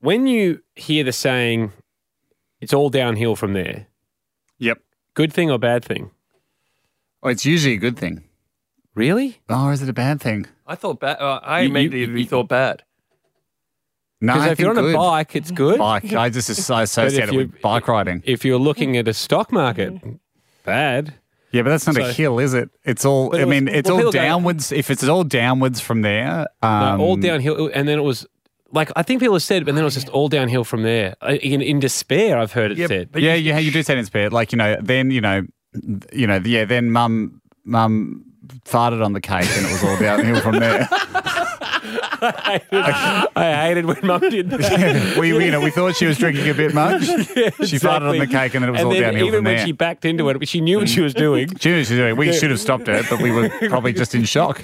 [SPEAKER 3] When you hear the saying, it's all downhill from there.
[SPEAKER 4] Yep.
[SPEAKER 3] Good thing or bad thing?
[SPEAKER 4] Oh, it's usually a good thing.
[SPEAKER 3] Really?
[SPEAKER 4] Oh, is it a bad thing?
[SPEAKER 8] I thought bad. Uh, I
[SPEAKER 4] You- you-
[SPEAKER 8] immediately thought bad.
[SPEAKER 4] No,
[SPEAKER 3] 'Cause
[SPEAKER 4] I
[SPEAKER 3] if you're
[SPEAKER 4] think
[SPEAKER 3] on a
[SPEAKER 4] good.
[SPEAKER 3] bike, it's good.
[SPEAKER 4] Bike. I just as- I associate it
[SPEAKER 3] you-
[SPEAKER 4] with bike riding.
[SPEAKER 3] If you're looking at a stock market, bad.
[SPEAKER 4] Yeah, but that's not
[SPEAKER 3] So-
[SPEAKER 4] a hill, is it? It's all.
[SPEAKER 3] But
[SPEAKER 4] I
[SPEAKER 3] it was-
[SPEAKER 4] mean, it's
[SPEAKER 3] well,
[SPEAKER 4] all
[SPEAKER 3] people go-
[SPEAKER 4] downwards. if it's all downwards from there,
[SPEAKER 3] No,
[SPEAKER 4] um,
[SPEAKER 3] all downhill. And then it was like, I think people have said, and then it was just all downhill from there. Uh, In, in despair, I've heard it said.
[SPEAKER 4] yeah, yeah, you do say it's bad. Like you know, then you know, you know, yeah, then mum, mum farted on the cake, and it was all downhill from there.
[SPEAKER 3] I hated, I hated when mum did that.
[SPEAKER 4] we, we- you know, we thought she was drinking a bit much.
[SPEAKER 3] Yeah,
[SPEAKER 4] She farted on
[SPEAKER 3] exactly.
[SPEAKER 4] the cake, and then it was all
[SPEAKER 3] then
[SPEAKER 4] downhill
[SPEAKER 3] even
[SPEAKER 4] from
[SPEAKER 3] when
[SPEAKER 4] there.
[SPEAKER 3] she backed into it, she knew what she was doing.
[SPEAKER 4] She knew what she was doing. We
[SPEAKER 3] Yeah.
[SPEAKER 4] should have stopped her, but we were probably just in shock.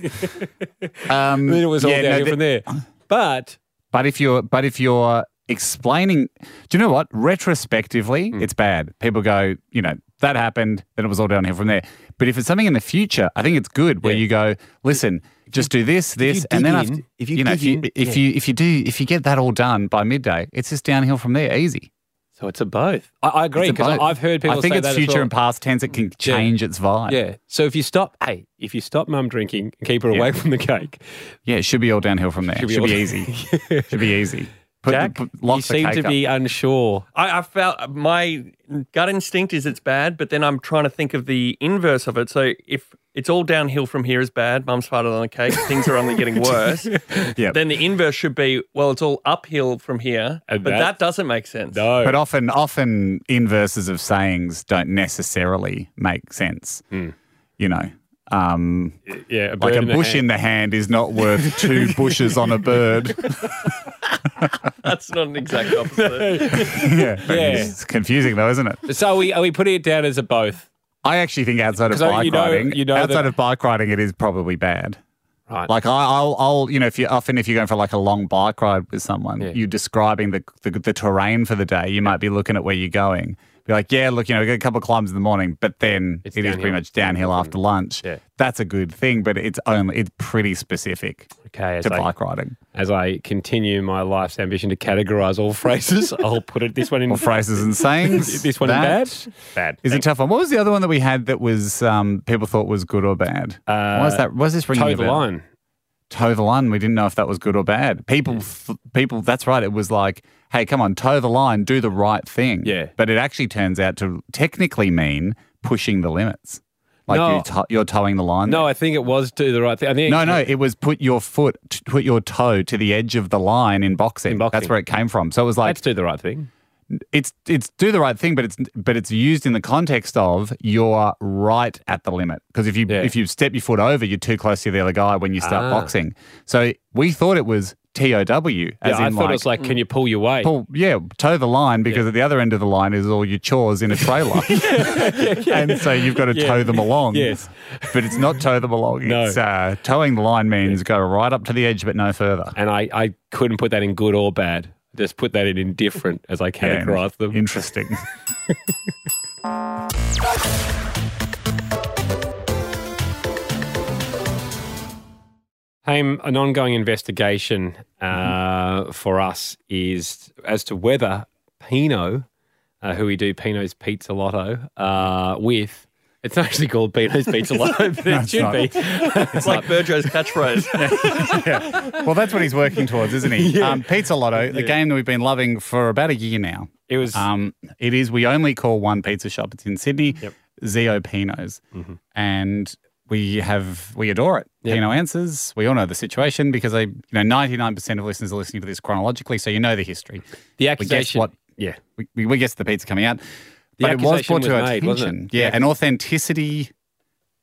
[SPEAKER 4] Um,
[SPEAKER 3] Then it was all
[SPEAKER 4] yeah, no,
[SPEAKER 3] downhill
[SPEAKER 4] the-
[SPEAKER 3] from there. But
[SPEAKER 4] But if you're but if you're explaining, do you know what? Retrospectively,
[SPEAKER 3] Hmm.
[SPEAKER 4] it's bad. People go, you know, that happened, then it was all downhill from there. But if it's something in the future, I think it's good where you go, listen, just do this, this, and then
[SPEAKER 13] dig
[SPEAKER 4] after,
[SPEAKER 13] in- if you
[SPEAKER 4] know,
[SPEAKER 13] dig
[SPEAKER 4] if you,
[SPEAKER 13] in,
[SPEAKER 4] if
[SPEAKER 13] yeah.
[SPEAKER 4] you if you do if you get that all done by midday, it's just downhill from there, easy.
[SPEAKER 3] so it's a both. I, I agree
[SPEAKER 4] It's a
[SPEAKER 3] because
[SPEAKER 4] both.
[SPEAKER 3] I've heard people.
[SPEAKER 4] I think
[SPEAKER 3] say
[SPEAKER 4] it's
[SPEAKER 3] that as
[SPEAKER 4] future
[SPEAKER 3] well.
[SPEAKER 4] and past tense. It can change its vibe.
[SPEAKER 3] Yeah. So if you stop, hey, if you stop mum drinking and keep her away from the cake,
[SPEAKER 4] yeah, it should be all downhill from there.
[SPEAKER 3] Should
[SPEAKER 4] Should
[SPEAKER 3] be
[SPEAKER 4] be,
[SPEAKER 3] all-
[SPEAKER 4] easy. should be easy. Put,
[SPEAKER 3] Jack,
[SPEAKER 4] put, lock
[SPEAKER 3] you
[SPEAKER 4] the
[SPEAKER 3] seem to
[SPEAKER 4] cake up.
[SPEAKER 3] be unsure.
[SPEAKER 8] I, I felt my gut instinct is it's bad, but then I'm trying to think of the inverse of it. So if it's all downhill from here is bad, mum's farted on the cake, things are only getting worse.
[SPEAKER 4] Yep.
[SPEAKER 8] Then the inverse should be, well, it's all uphill from here,
[SPEAKER 3] And
[SPEAKER 8] but
[SPEAKER 3] that-
[SPEAKER 8] that, doesn't make sense.
[SPEAKER 3] No.
[SPEAKER 4] But often, often inverses of sayings don't necessarily make sense. You know, um,
[SPEAKER 3] yeah, a
[SPEAKER 4] like
[SPEAKER 3] bird
[SPEAKER 4] a
[SPEAKER 3] Hmm. in the
[SPEAKER 4] bush
[SPEAKER 3] hand.
[SPEAKER 4] in the hand is not worth two bushes on a bird.
[SPEAKER 8] That's not an exact opposite.
[SPEAKER 4] yeah.
[SPEAKER 3] Yeah.
[SPEAKER 4] it's confusing though, isn't it?
[SPEAKER 3] So are we are we putting it down as a both?
[SPEAKER 4] I actually think outside of
[SPEAKER 3] 'Cause, uh,
[SPEAKER 4] bike
[SPEAKER 3] you know-
[SPEAKER 4] riding,
[SPEAKER 3] you know that-
[SPEAKER 4] outside of bike riding, it is probably bad.
[SPEAKER 3] Right.
[SPEAKER 4] Like I, I'll, I'll, you know, if you often if you're going for like a long bike ride with someone, you're describing the, the the terrain for the day. You might be looking at where you're going. Be like, yeah, look, you know, we got a couple of climbs in the morning, but then
[SPEAKER 3] It's
[SPEAKER 4] it is
[SPEAKER 3] downhill.
[SPEAKER 4] pretty
[SPEAKER 3] Mm-hmm.
[SPEAKER 4] much downhill after lunch.
[SPEAKER 3] Yeah.
[SPEAKER 4] That's a good thing, but it's only it's pretty specific
[SPEAKER 3] Okay. As
[SPEAKER 4] to
[SPEAKER 3] I,
[SPEAKER 4] bike riding
[SPEAKER 3] as I continue my life's ambition to categorize all phrases, I'll put it this one in
[SPEAKER 4] or phrases and sayings.
[SPEAKER 3] This one in
[SPEAKER 4] That
[SPEAKER 3] bad. Bad.
[SPEAKER 4] Is a tough one. What was the other one that we had that was um, people thought was good or bad? Uh, Why is that? Why is this ringing
[SPEAKER 3] toe
[SPEAKER 4] a
[SPEAKER 3] the
[SPEAKER 4] bell?
[SPEAKER 3] line?
[SPEAKER 4] toe the line. We didn't know if that was good or bad. People, th- people. That's right. It was like, hey, come on, toe the line, do the right thing.
[SPEAKER 3] Yeah.
[SPEAKER 4] But it actually turns out to technically mean pushing the limits. Like
[SPEAKER 3] No.
[SPEAKER 4] you to- you're towing the line.
[SPEAKER 3] No, I think it was do the right thing. I think
[SPEAKER 4] No, no, it was put your foot, t- put your toe to the edge of the line in boxing.
[SPEAKER 3] In boxing.
[SPEAKER 4] That's where it came from. So it was like
[SPEAKER 3] Let's do the right thing.
[SPEAKER 4] it's it's do the right thing, but it's but it's used in the context of you're right at the limit because if you
[SPEAKER 3] Yeah.
[SPEAKER 4] if you step your foot over, you're too close to the other guy when you start
[SPEAKER 3] Ah.
[SPEAKER 4] boxing. So we thought it was T O W, as
[SPEAKER 3] yeah, I
[SPEAKER 4] in
[SPEAKER 3] thought
[SPEAKER 4] like, mm.
[SPEAKER 3] it was like, can you pull your weight?
[SPEAKER 4] pull, yeah, toe the line because at the other end of the line is all your chores in a trailer, and so you've got to
[SPEAKER 3] Yeah.
[SPEAKER 4] tow them along.
[SPEAKER 3] Yes.
[SPEAKER 4] but it's not tow them along.
[SPEAKER 3] No.
[SPEAKER 4] It's uh, towing the line means go right up to the edge, but no further.
[SPEAKER 3] And I, I couldn't put that in good or bad. Just put that in indifferent as I
[SPEAKER 4] Yeah,
[SPEAKER 3] categorized them.
[SPEAKER 4] Interesting.
[SPEAKER 3] Haim, an ongoing investigation
[SPEAKER 4] Mm-hmm.
[SPEAKER 3] uh, for us is as to whether Pino, uh, who we do Pino's Pizza Lotto uh, with, it's not actually called Pino's Pizza Lotto, but it
[SPEAKER 4] it's
[SPEAKER 3] should
[SPEAKER 4] not.
[SPEAKER 3] be.
[SPEAKER 8] It's like Burjo's catchphrase.
[SPEAKER 4] Well, that's what he's working towards, isn't he? Um, Pizza Lotto, the game that we've been loving for about a year now.
[SPEAKER 3] It was
[SPEAKER 4] Um, it is. We only call one pizza shop. It's in Sydney,
[SPEAKER 3] Yep. Mm-hmm.
[SPEAKER 4] Zio Pino's, and we have we adore it.
[SPEAKER 3] Yep.
[SPEAKER 4] Pino answers. We all know the situation because I, you know, ninety nine percent of listeners are listening to this chronologically, so you know the history.
[SPEAKER 3] the
[SPEAKER 4] We guess
[SPEAKER 3] accusation.
[SPEAKER 4] what
[SPEAKER 3] yeah.
[SPEAKER 4] we, we, we guess the pizza coming out,
[SPEAKER 3] The
[SPEAKER 4] but it was
[SPEAKER 3] accusation
[SPEAKER 4] brought to
[SPEAKER 3] was
[SPEAKER 4] our
[SPEAKER 3] made, wasn't it?
[SPEAKER 4] attention. Yeah, an authenticity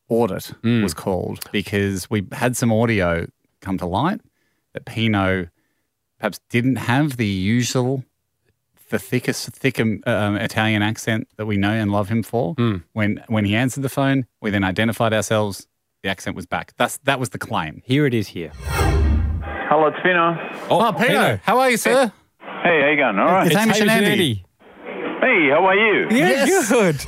[SPEAKER 4] audit
[SPEAKER 3] Hmm.
[SPEAKER 4] was called because we had some audio come to light that Pino perhaps didn't have the usual the thickest, thick um, um, Italian accent that we know and love him for.
[SPEAKER 3] Hmm.
[SPEAKER 4] When when he answered the phone, we then identified ourselves. The accent was back. That's that was the claim.
[SPEAKER 3] Here it is. Here.
[SPEAKER 13] Hello, it's Pino.
[SPEAKER 4] Oh, Pino. How are you, sir?
[SPEAKER 13] Hey, how you going? All right.
[SPEAKER 4] It's Hamish and Andy.
[SPEAKER 13] Hey, how are you?
[SPEAKER 3] good.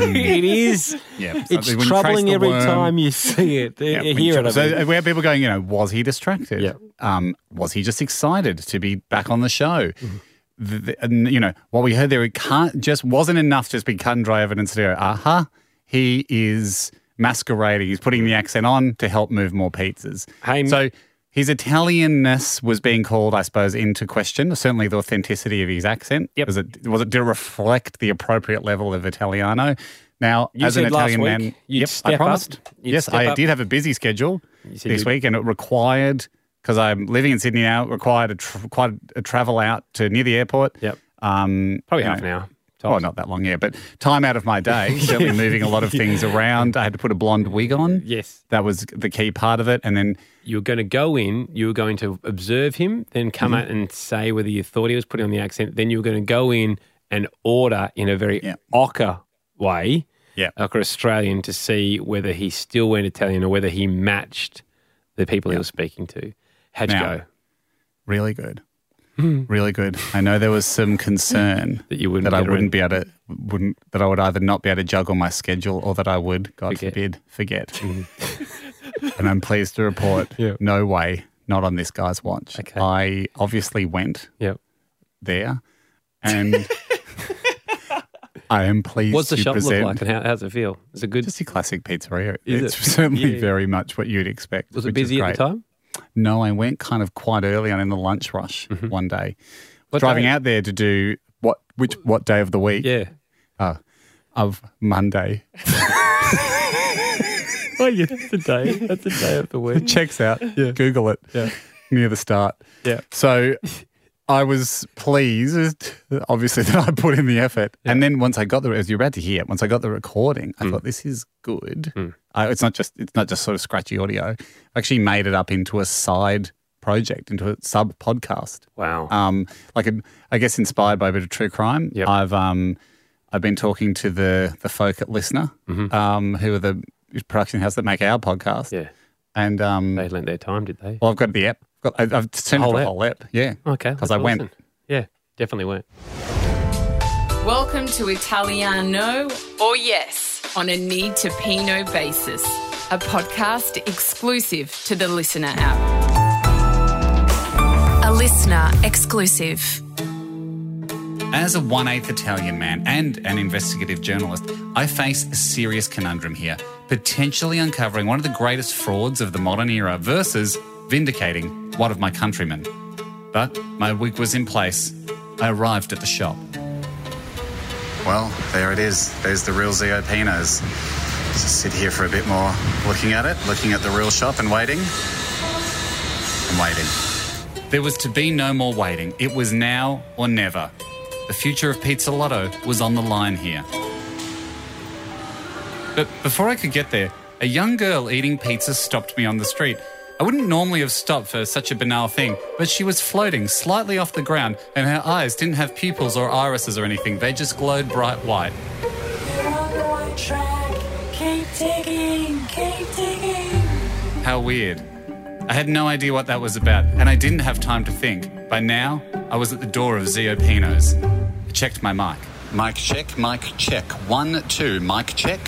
[SPEAKER 3] it is.
[SPEAKER 4] Yeah,
[SPEAKER 3] it's troubling every time you see it.
[SPEAKER 4] Yeah,
[SPEAKER 3] you
[SPEAKER 4] when you
[SPEAKER 3] hear
[SPEAKER 4] tra-
[SPEAKER 3] it. I
[SPEAKER 4] so
[SPEAKER 3] mean.
[SPEAKER 4] we have people going, you know, was he distracted? Um, was he just excited to be back on the show?
[SPEAKER 3] Mm-hmm.
[SPEAKER 4] The- the- and, you know, what we heard there, it can't just wasn't enough just be cut and dry evidence to go, aha, he is masquerading. He's putting the accent on to help move more pizzas. so his Italianness was being called, I suppose, into question. Certainly, the authenticity of his accent. Yep. Was it? Was it? Did it reflect the appropriate level of Italiano? Now,
[SPEAKER 3] You
[SPEAKER 4] as an
[SPEAKER 3] said last
[SPEAKER 4] Italian
[SPEAKER 3] week
[SPEAKER 4] man,
[SPEAKER 3] you'd
[SPEAKER 4] yep,
[SPEAKER 3] step
[SPEAKER 4] I
[SPEAKER 3] up.
[SPEAKER 4] promised.
[SPEAKER 3] You'd
[SPEAKER 4] yes,
[SPEAKER 3] step
[SPEAKER 4] I
[SPEAKER 3] up.
[SPEAKER 4] did have a busy schedule
[SPEAKER 3] said
[SPEAKER 4] this
[SPEAKER 3] you'd-
[SPEAKER 4] week, and it required because I'm living in Sydney now. It required a tr- quite a travel out to near the airport. Yep. uh, Um,
[SPEAKER 3] Probably
[SPEAKER 4] you
[SPEAKER 3] half
[SPEAKER 4] know,
[SPEAKER 3] an hour.
[SPEAKER 4] Oh, not that long, yeah. But time out of my day, certainly moving a lot of things around. I had to put a blonde wig on.
[SPEAKER 3] Yes.
[SPEAKER 4] That was the key part of it. And then
[SPEAKER 3] you were going to go in, you were going to observe him, then come
[SPEAKER 4] Mhm.
[SPEAKER 3] out and say whether you thought he was putting on the accent. Then you were going to go in and order in a very ochre way,
[SPEAKER 4] yeah.
[SPEAKER 3] ochre Australian, to see whether he still went Italian or whether he matched the people he was speaking to. How'd
[SPEAKER 4] Now,
[SPEAKER 3] you go?
[SPEAKER 4] Really good. really good. I know there was some concern
[SPEAKER 3] that you wouldn't
[SPEAKER 4] that I
[SPEAKER 3] get
[SPEAKER 4] wouldn't
[SPEAKER 3] around-
[SPEAKER 4] be able to wouldn't that I would either not be able to juggle my schedule or that I would, God forbid, forget.
[SPEAKER 3] Mm.
[SPEAKER 4] and I'm pleased to report, no way, not on this guy's watch. Okay. I obviously went
[SPEAKER 3] yep.
[SPEAKER 4] there and I am pleased
[SPEAKER 3] What's the
[SPEAKER 4] to
[SPEAKER 3] shop
[SPEAKER 4] present
[SPEAKER 3] look like and how, how's it feel? Is it good?
[SPEAKER 4] Just a classic pizzeria.
[SPEAKER 3] Is
[SPEAKER 4] it's
[SPEAKER 3] it?
[SPEAKER 4] certainly
[SPEAKER 3] Yeah.
[SPEAKER 4] very much what you'd expect.
[SPEAKER 3] Was it
[SPEAKER 4] which is
[SPEAKER 3] busy at the
[SPEAKER 4] great.
[SPEAKER 3] time?
[SPEAKER 4] No, I went kind of quite early on in the lunch rush one day.
[SPEAKER 3] Mm-hmm. What
[SPEAKER 4] driving
[SPEAKER 3] day?
[SPEAKER 4] out there to do what which what day of the week?
[SPEAKER 3] Yeah.
[SPEAKER 4] Oh, of Monday.
[SPEAKER 3] Oh, yeah, that's a day. That's a day of the week.
[SPEAKER 4] Checks out. Google it. Yeah. Near the start.
[SPEAKER 3] Yeah.
[SPEAKER 4] So I was pleased, obviously, that I put in the effort. And then once I got the, as you're about to hear, once I got the recording,
[SPEAKER 3] Mm.
[SPEAKER 4] I thought this is good. I, it's not just it's not just sort of scratchy audio. I actually made it up into a side project, into a sub podcast.
[SPEAKER 3] Wow.
[SPEAKER 4] Um, like a, I guess inspired by a bit of true crime. I've um, I've been talking to the the folk at Listener, um, who are the production house that make our podcast.
[SPEAKER 3] Mm-hmm. Yeah.
[SPEAKER 4] And um,
[SPEAKER 3] They lent their time, did they?
[SPEAKER 4] well, I've got the app. Got, I- I've sent
[SPEAKER 3] Whole
[SPEAKER 4] it the
[SPEAKER 3] app?
[SPEAKER 4] whole app. Yeah.
[SPEAKER 3] Okay. let's
[SPEAKER 4] Because I
[SPEAKER 3] have a
[SPEAKER 4] went.
[SPEAKER 3] listen. Yeah, definitely went.
[SPEAKER 1] Welcome to Italiano or Yes on a Need to Pino basis, a podcast exclusive to the listener app. A listener exclusive.
[SPEAKER 4] As a one eighth Italian man and an investigative journalist, I face a serious conundrum here, potentially uncovering one of the greatest frauds of the modern era versus vindicating one of my countrymen. But my wig was in place. I arrived at the shop. Well, there it is. There's the real Zio Pinos. Just sit here for a bit more, looking at it, looking at the real shop and waiting. I'm waiting. There was to be no more waiting. It was now or never. The future of Pizza Lotto was on the line here. But before I could get there, a young girl eating pizza stopped me on the street. I wouldn't normally have stopped for such a banal thing, but she was floating slightly off the ground and her eyes didn't have pupils or irises or anything. They just glowed bright white.
[SPEAKER 14] Keep digging, keep digging.
[SPEAKER 4] How weird. I had no idea what that was about, and I didn't have time to think. By now, I was at the door of Zio Pino's. I checked my mic. Mic check, mic check. One, two, mic check.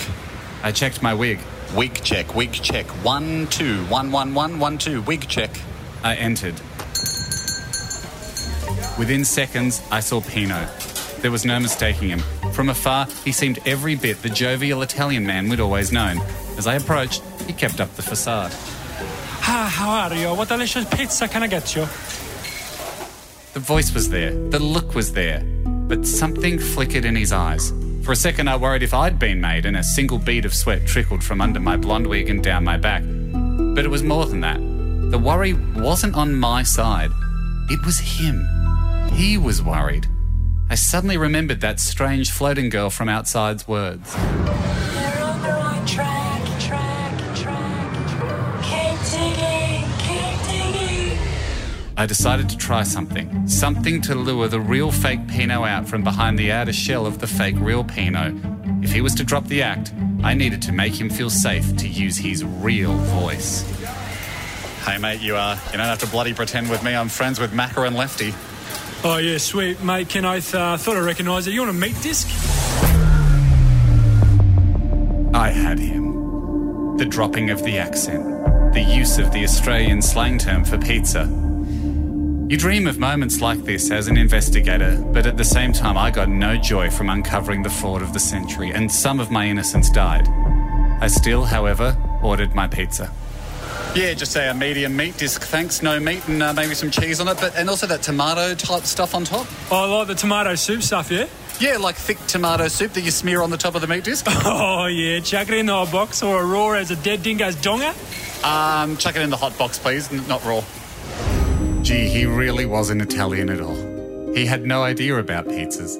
[SPEAKER 4] I checked my wig. Wig check, wig check. One, two, one, one, one, one, two, wig check. I entered. Within seconds, I saw Pino. There was no mistaking him. From afar, he seemed every bit the jovial Italian man we'd always known. As I approached, he kept up the facade.
[SPEAKER 15] Ah, how are you? What delicious pizza can I get you?
[SPEAKER 4] The voice was there, the look was there, but something flickered in his eyes. For a second, I worried if I'd been made, and a single bead of sweat trickled from under my blonde wig and down my back. But it was more than that. The worry wasn't on my side, it was him. He was worried. I suddenly remembered that strange floating girl from outside's words.
[SPEAKER 14] You're on the right track, track, track. Keep digging, keep digging.
[SPEAKER 4] I
[SPEAKER 16] I decided to try something. Something to lure the real fake Pinot out from behind the outer shell of the fake real Pinot. If he was to drop the act, I needed to make him feel safe to use his real voice. Hey, mate, you are. You don't have to bloody pretend with me. I'm friends with Macker and Lefty.
[SPEAKER 15] Oh, yeah, sweet. Mate, Ken Oath, uh, thought I recognised it. You want a meat disc?
[SPEAKER 16] I had him. The dropping of the accent, the use of the Australian slang term for pizza. You dream of moments like this as an investigator, but at the same time, I got no joy from uncovering the fraud of the century, and some of my innocence died. I still, however, ordered my pizza. Yeah, just say a medium meat disc, thanks. No meat and uh, maybe some cheese on it, but and also that tomato type stuff on top.
[SPEAKER 15] Oh, I like the tomato soup stuff, yeah?
[SPEAKER 16] Yeah, like thick tomato soup that you smear on the top of the meat disc.
[SPEAKER 15] Oh, yeah, chuck it in the hot box or a raw as a dead dingo's donga.
[SPEAKER 16] Um, chuck it in the hot box, please, n- not raw. Gee, he really wasn't Italian at all. He had no idea about pizzas.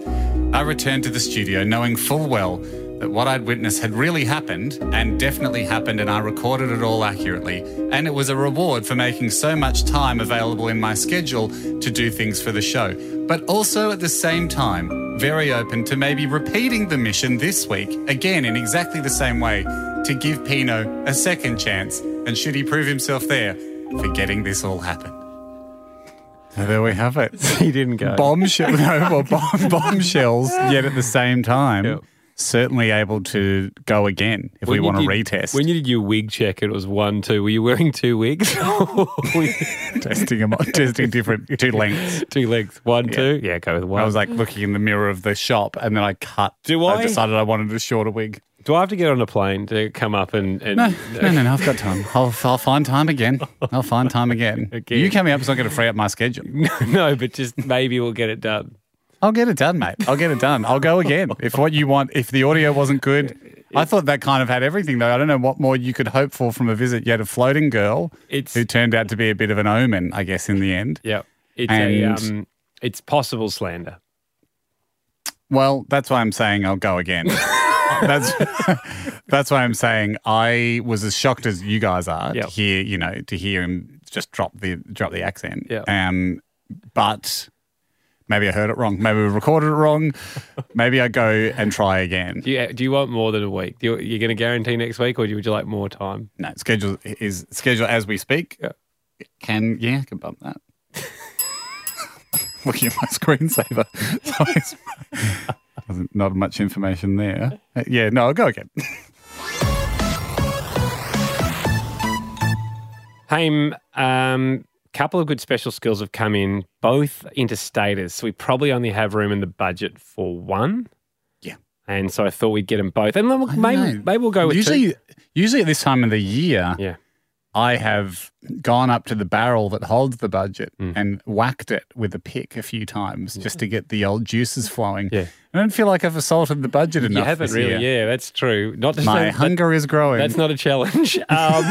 [SPEAKER 16] I returned to the studio knowing full well that what I'd witnessed had really happened and definitely happened, and I recorded it all accurately. And it was a reward for making so much time available in my schedule to do things for the show, but also at the same time, very open to maybe repeating the mission this week, again in exactly the same way, to give Pino a second chance, and should he prove himself there, forgetting this all happened.
[SPEAKER 4] And there we have it.
[SPEAKER 3] he didn't go.
[SPEAKER 4] Bombshell. No, well, bomb, bombshells. Yet at the same time, certainly able to go again if we
[SPEAKER 3] When
[SPEAKER 4] want to
[SPEAKER 3] you did-
[SPEAKER 4] retest.
[SPEAKER 3] When you did your wig check, it was one, two. Were you wearing two wigs?
[SPEAKER 4] testing them, on- testing different two lengths,
[SPEAKER 3] two lengths, one, two. Yeah, go with one.
[SPEAKER 4] I was like looking in the mirror of the shop, and then I cut.
[SPEAKER 3] Do I?
[SPEAKER 4] decided I wanted a shorter wig.
[SPEAKER 3] Do I have to get on a plane to come up and. and
[SPEAKER 4] No, no, no, no. I've got time. I'll, I'll find time again. I'll find time again. You coming up is not going to free up my schedule.
[SPEAKER 3] no, but just maybe we'll get it done.
[SPEAKER 4] I'll get it done, mate. I'll get it done. I'll go again. If what you want, if the audio wasn't good, I thought that kind of had everything, though. I don't know what more you could hope for from a visit. You had a floating girl
[SPEAKER 3] It's-
[SPEAKER 4] who turned out to be a bit of an omen, I guess, in the end.
[SPEAKER 3] Yeah. It's, a,
[SPEAKER 4] And-
[SPEAKER 3] um, it's possible slander.
[SPEAKER 4] Well, that's why I'm saying I'll go again. that's that's why I'm saying I was as shocked as you guys are to hear, you know, to hear him just drop the drop the accent.
[SPEAKER 3] Yeah.
[SPEAKER 4] Um, but maybe I heard it wrong. Maybe we recorded it wrong. maybe I go and try again.
[SPEAKER 3] Do you, do you want more than a week? Do you, you're going to guarantee next week, or would you like more time?
[SPEAKER 4] No, schedule is schedule as we speak. It Can yeah, I can bump that. Looking at my screensaver, so it's, doesn't- not much information there. Uh, Yeah, no, I'll go again.
[SPEAKER 3] Haim, um, couple of good special skills have come in, both interstaters. So we probably only have room in the budget for one.
[SPEAKER 4] Yeah.
[SPEAKER 3] And so I thought we'd get them both. And then we'll- maybe,
[SPEAKER 4] know.
[SPEAKER 3] maybe we'll go with
[SPEAKER 4] usually,
[SPEAKER 3] two.
[SPEAKER 4] usually at this time of the year,
[SPEAKER 3] yeah.
[SPEAKER 4] I have gone up to the barrel that holds the budget
[SPEAKER 3] Hmm.
[SPEAKER 4] and whacked it with a pick a few times just to get the old juices flowing. Yeah. I don't feel like I've assaulted the budget enough.
[SPEAKER 3] You haven't
[SPEAKER 4] this
[SPEAKER 3] really. Yeah,
[SPEAKER 4] year.
[SPEAKER 3] that's true. Not to
[SPEAKER 4] My
[SPEAKER 3] say-
[SPEAKER 4] hunger is growing.
[SPEAKER 3] That's not a challenge. Um,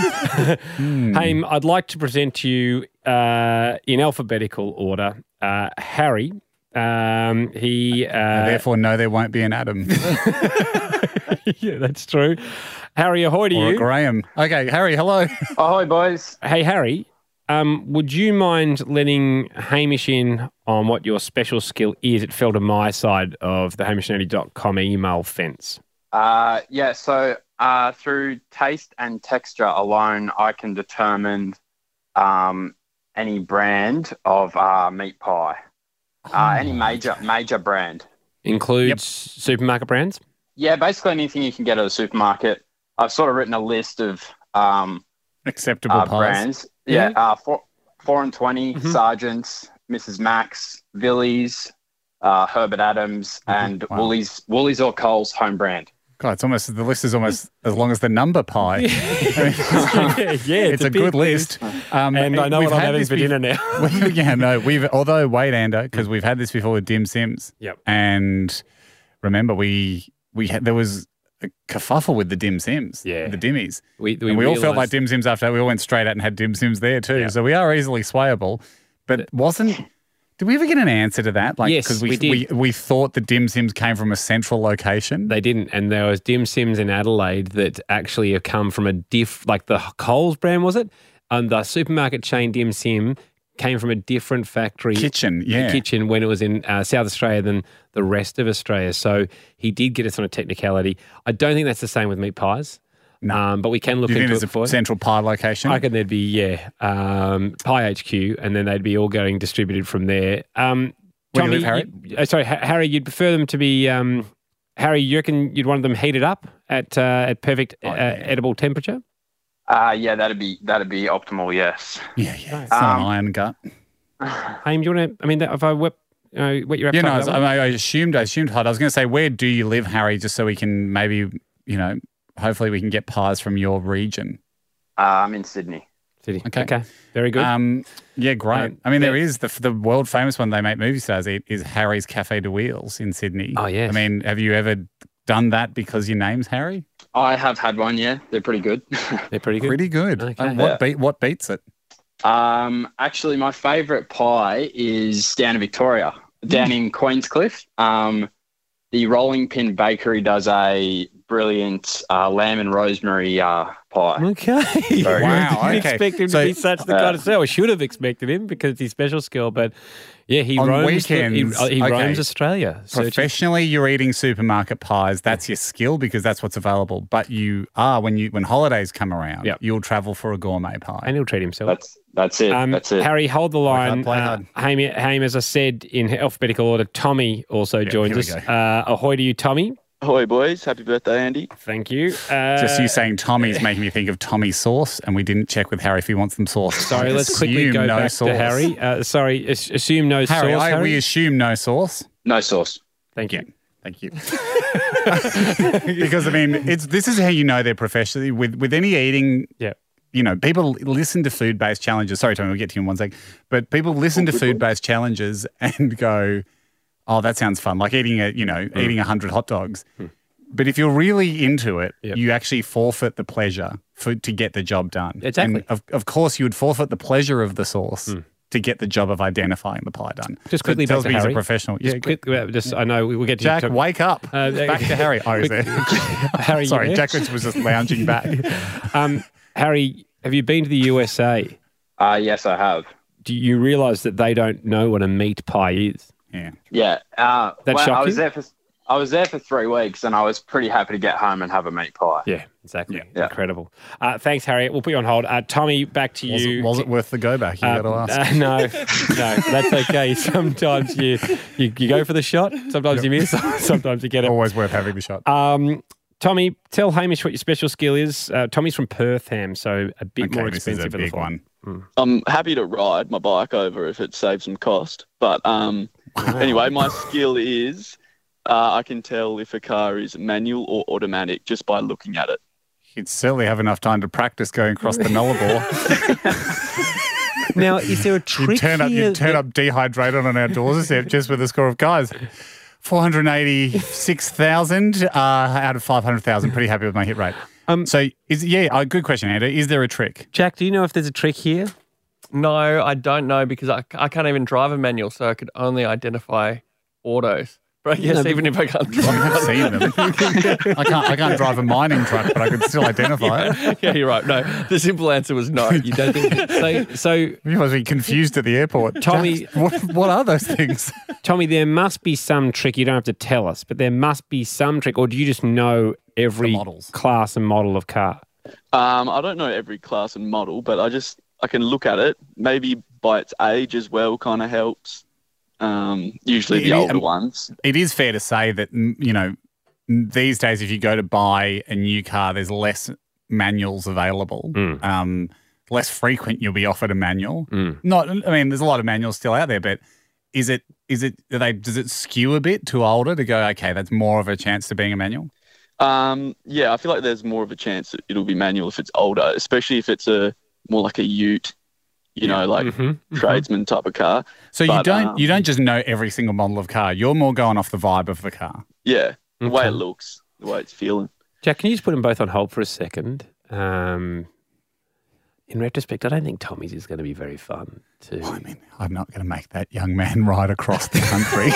[SPEAKER 4] Hmm.
[SPEAKER 3] Haim, I'd like to present to you uh, in alphabetical order uh, Harry. Um, he
[SPEAKER 4] I
[SPEAKER 3] uh,
[SPEAKER 4] therefore, no, there won't be an Adam
[SPEAKER 3] yeah, that's true. Harry, ahoy to
[SPEAKER 4] or a
[SPEAKER 3] you.
[SPEAKER 4] Graham. Okay, Harry, hello.
[SPEAKER 3] Ahoy, boys. Hey, Harry. Um, would you mind letting Hamish in on what your special skill is? It fell to my side of the hamishnetty.com email fence.
[SPEAKER 11] Uh, yeah, so uh, through taste and texture alone, I can determine um, any brand of uh, meat pie, uh, any major major brand.
[SPEAKER 3] Includes supermarket brands?
[SPEAKER 11] Yeah, basically anything you can get at a supermarket. I've sort of written a list of um,
[SPEAKER 4] acceptable
[SPEAKER 12] Ah,
[SPEAKER 11] uh,
[SPEAKER 4] pies.
[SPEAKER 11] brands. Yeah, uh, four, four and 20 Sergeants, Mrs. Max, Villies, uh, Herbert Adams, and Woolies, Woolies or Coles home brand.
[SPEAKER 4] God, it's almost the list is almost as long as the number pie.
[SPEAKER 3] yeah,
[SPEAKER 4] it's,
[SPEAKER 3] a
[SPEAKER 4] a,
[SPEAKER 3] big
[SPEAKER 4] good list. Um,
[SPEAKER 3] And I know
[SPEAKER 4] we've
[SPEAKER 3] what I'm
[SPEAKER 4] had
[SPEAKER 3] having
[SPEAKER 4] this
[SPEAKER 3] for
[SPEAKER 4] bef-
[SPEAKER 3] dinner now.
[SPEAKER 4] we, yeah, no, we've although wait, Ando, because we've had this before with Dim Sims.
[SPEAKER 3] Yep.
[SPEAKER 4] And remember, we we had there was a kerfuffle with the Dim Sims. Yeah. The Dimmies.
[SPEAKER 3] We
[SPEAKER 4] and we all felt like Dim Sims after that. We all went straight out and had Dim Sims there too. So we are easily swayable. But wasn't did we ever get an answer to that? Like
[SPEAKER 3] Yes,
[SPEAKER 4] because
[SPEAKER 3] we
[SPEAKER 4] we,
[SPEAKER 3] did.
[SPEAKER 4] we we thought the Dim Sims came from a central location.
[SPEAKER 3] They didn't. And there was Dim Sims in Adelaide that actually have come from a diff, like the Coles brand, was it? And the supermarket chain Dim Sim came from a different factory
[SPEAKER 4] Kitchen, yeah.
[SPEAKER 3] kitchen when it was in uh, South Australia than the rest of Australia. So he did get us on a technicality. I don't think that's the same with meat pies. No, um, but we can look
[SPEAKER 4] Do you think
[SPEAKER 3] into
[SPEAKER 4] there's
[SPEAKER 3] it
[SPEAKER 4] a
[SPEAKER 3] for you.
[SPEAKER 4] central pie location?
[SPEAKER 3] I reckon there'd be yeah, um, Pie HQ, and then they'd be all going distributed from there. Um,
[SPEAKER 4] Where do you live, Harry?
[SPEAKER 3] you- uh, sorry, Ha- Harry, you'd prefer them to be um, Harry. You reckon you'd want them heated up at uh, at perfect
[SPEAKER 4] Oh,
[SPEAKER 3] uh, edible temperature?
[SPEAKER 11] Uh, yeah, that'd be that'd be optimal. Yes.
[SPEAKER 4] Yeah, yeah. It's not
[SPEAKER 11] Um,
[SPEAKER 4] an iron gut.
[SPEAKER 3] Haim, do you want to? I mean, that- if I whip, you know, wet your
[SPEAKER 4] Yeah, no, I,
[SPEAKER 3] appetite
[SPEAKER 4] was-
[SPEAKER 3] that
[SPEAKER 4] I,
[SPEAKER 3] way?
[SPEAKER 4] I assumed, I assumed hot. I was going to say, where do you live, Harry? Just so we can maybe, you know, hopefully we can get pies from your region.
[SPEAKER 11] Uh, I'm in Sydney.
[SPEAKER 3] City.
[SPEAKER 4] Okay.
[SPEAKER 3] okay, very good.
[SPEAKER 4] Um, yeah, great.
[SPEAKER 3] Um,
[SPEAKER 4] I mean, there is the the world famous one they make movie stars eat is Harry's Cafe de Wheels in Sydney.
[SPEAKER 3] Oh, yes.
[SPEAKER 4] I mean, have you ever done that because your name's Harry?
[SPEAKER 11] I have had one. Yeah, they're pretty good.
[SPEAKER 3] They're pretty good.
[SPEAKER 4] Pretty good.
[SPEAKER 3] Okay.
[SPEAKER 4] Uh, what beat what beats it?
[SPEAKER 11] um, actually, my favourite pie is down in Victoria, down in Queenscliff. Um, the Rolling Pin Bakery does a brilliant uh, lamb and rosemary uh, pie.
[SPEAKER 3] Okay.
[SPEAKER 11] Very
[SPEAKER 3] Wow.
[SPEAKER 11] good.
[SPEAKER 3] Didn't expect him
[SPEAKER 11] So-
[SPEAKER 3] to be such the
[SPEAKER 11] Uh,
[SPEAKER 3] connoisseur. We should have expected him because he's special skill. But yeah, he
[SPEAKER 4] On
[SPEAKER 3] roams. the- he-
[SPEAKER 4] weekends,
[SPEAKER 3] uh, he
[SPEAKER 4] okay.
[SPEAKER 3] roams Australia. searching-
[SPEAKER 4] Professionally, you're eating supermarket pies. That's your skill because that's what's available. But you are when you when holidays come around, you'll travel for a gourmet pie.
[SPEAKER 3] and he'll treat himself.
[SPEAKER 11] That's that's it.
[SPEAKER 3] Um,
[SPEAKER 11] that's it.
[SPEAKER 3] Harry, hold the line.
[SPEAKER 4] play
[SPEAKER 3] Uh, Haim, Haim, as I said in alphabetical order, Tommy also joins
[SPEAKER 12] here we
[SPEAKER 3] us.
[SPEAKER 12] go.
[SPEAKER 3] Uh, ahoy to you, Tommy.
[SPEAKER 12] Ahoy, boys. Happy birthday, Andy.
[SPEAKER 3] Thank you. Uh,
[SPEAKER 4] Just you saying Tommy's making me think of Tommy sauce, and we didn't check with Harry if he wants them sauce.
[SPEAKER 3] Sorry,
[SPEAKER 4] I
[SPEAKER 3] let's quickly
[SPEAKER 4] assume
[SPEAKER 3] go
[SPEAKER 4] no
[SPEAKER 3] back
[SPEAKER 4] sauce.
[SPEAKER 3] to Harry. Uh, sorry, as- assume no
[SPEAKER 4] Harry,
[SPEAKER 3] sauce.
[SPEAKER 4] I,
[SPEAKER 3] Harry?
[SPEAKER 4] we assume no sauce.
[SPEAKER 11] No sauce.
[SPEAKER 3] Thank you.
[SPEAKER 4] Thank you. because I mean, it's this is how you know they're professional with with any eating.
[SPEAKER 3] Yeah.
[SPEAKER 4] You know, people listen to food based challenges. Sorry, Tommy, we'll get to you in one sec. But people
[SPEAKER 3] Oh,
[SPEAKER 4] listen to food based challenges and go, "Oh, that sounds fun!" Like eating a you know
[SPEAKER 3] Hmm.
[SPEAKER 4] eating a hundred hot dogs. But if you're really into it, you actually forfeit the pleasure for to get the job done.
[SPEAKER 3] Exactly. Hmm.
[SPEAKER 4] And of, of course, you would forfeit the pleasure of the sauce to get the job of identifying the pie done.
[SPEAKER 3] Just
[SPEAKER 4] So it
[SPEAKER 3] quickly
[SPEAKER 4] tells
[SPEAKER 3] back to
[SPEAKER 4] me he's
[SPEAKER 3] Harry.
[SPEAKER 4] a professional.
[SPEAKER 3] Just
[SPEAKER 4] Yeah,
[SPEAKER 3] quick- uh, just I know we- we'll get to
[SPEAKER 4] Jack,
[SPEAKER 3] you, Tom-
[SPEAKER 4] wake up.
[SPEAKER 3] Uh,
[SPEAKER 4] back to Harry. Oh, is
[SPEAKER 3] Quick-
[SPEAKER 4] there?
[SPEAKER 3] Harry, you
[SPEAKER 4] Sorry,
[SPEAKER 3] there?
[SPEAKER 4] Jack was just lounging back.
[SPEAKER 3] Um, Harry, have you been to the USA?
[SPEAKER 11] Uh, yes, I have.
[SPEAKER 3] Do you realise that they don't know what a meat pie is?
[SPEAKER 4] Yeah.
[SPEAKER 11] Yeah. Uh,
[SPEAKER 3] That
[SPEAKER 11] well,
[SPEAKER 3] shock
[SPEAKER 11] I was
[SPEAKER 3] you?
[SPEAKER 11] there for I was there for three weeks, and I was pretty happy to get home and have a meat pie.
[SPEAKER 3] Yeah, exactly. Incredible. Uh, thanks, Harry. We'll put you on hold. Uh, Tommy, back to
[SPEAKER 4] Was,
[SPEAKER 3] you.
[SPEAKER 4] it, was it worth the go back? You
[SPEAKER 3] Uh,
[SPEAKER 4] got to
[SPEAKER 3] uh,
[SPEAKER 4] ask.
[SPEAKER 3] no, no, that's okay. Sometimes you, you you go for the shot. Sometimes you miss. Sometimes you get it.
[SPEAKER 4] Always worth having the shot.
[SPEAKER 3] Um, Tommy, tell Hamish what your special skill is. Uh, Tommy's from Perth, Ham, so a bit
[SPEAKER 4] Okay,
[SPEAKER 3] more
[SPEAKER 4] this is
[SPEAKER 3] expensive
[SPEAKER 4] a
[SPEAKER 3] than
[SPEAKER 4] big
[SPEAKER 3] the
[SPEAKER 4] one.
[SPEAKER 12] I'm happy to ride my bike over if it saves some cost. But um, anyway, my skill is uh, I can tell if a car is manual or automatic just by looking at it.
[SPEAKER 4] You'd certainly have enough time to practice going across the Nullarbor.
[SPEAKER 3] Now, is there a
[SPEAKER 4] you turn up, you turn up dehydrated on our doorstep just with a score of guys. 486,000 uh, out of 500,000. Pretty happy with my hit rate. Um, so, is yeah, uh, good question, Andrew. Is there a trick?
[SPEAKER 3] Jack, do you know if there's a trick here?
[SPEAKER 17] No, I don't know because I, I can't even drive a manual, so I could only identify autos. But I
[SPEAKER 4] Yeah,
[SPEAKER 17] guess
[SPEAKER 4] but-
[SPEAKER 17] even if I can't drive,
[SPEAKER 4] I've seen them. I can't, I can't drive a mining truck, but I could still identify it.
[SPEAKER 17] yeah, you're right. No, the simple answer was no. You don't think so? So
[SPEAKER 4] You must be confused at the airport.
[SPEAKER 3] Tommy-
[SPEAKER 4] Jack, what, what are those things?
[SPEAKER 3] Tommy, there must be some trick. You don't have to tell us, but there must be some trick, or do you just know every class and model of car?
[SPEAKER 12] Um, I don't know every class and model, but I just I can look at it. Maybe by its age as well, kind of helps. Um, usually the
[SPEAKER 4] It is-
[SPEAKER 12] older ones.
[SPEAKER 4] It is fair to say that, mm, you know, mm, these days, if you go to buy a new car, there's less manuals available.
[SPEAKER 17] Hmm.
[SPEAKER 4] Um, less frequent you'll be offered a manual. Not, I mean, there's a lot of manuals still out there, but is it, is it, are they, does it skew a bit to older to go, okay, that's more of a chance to being a manual?
[SPEAKER 12] Um, yeah, I feel like there's more of a chance that it'll be manual if it's older, especially if it's a more like a Ute, you know, like tradesman type of car.
[SPEAKER 4] Mm-hmm. So you
[SPEAKER 12] But,
[SPEAKER 4] don't,
[SPEAKER 12] um,
[SPEAKER 4] you don't just know every single model of car. You're more going off the vibe of the car.
[SPEAKER 12] yeah, the way it looks, the way it's feeling.
[SPEAKER 3] Jack, can you just put them both on hold for a second? Um, in retrospect, I don't think Tommy's is going to be very fun. To
[SPEAKER 4] I'm not going to make that young man ride across the country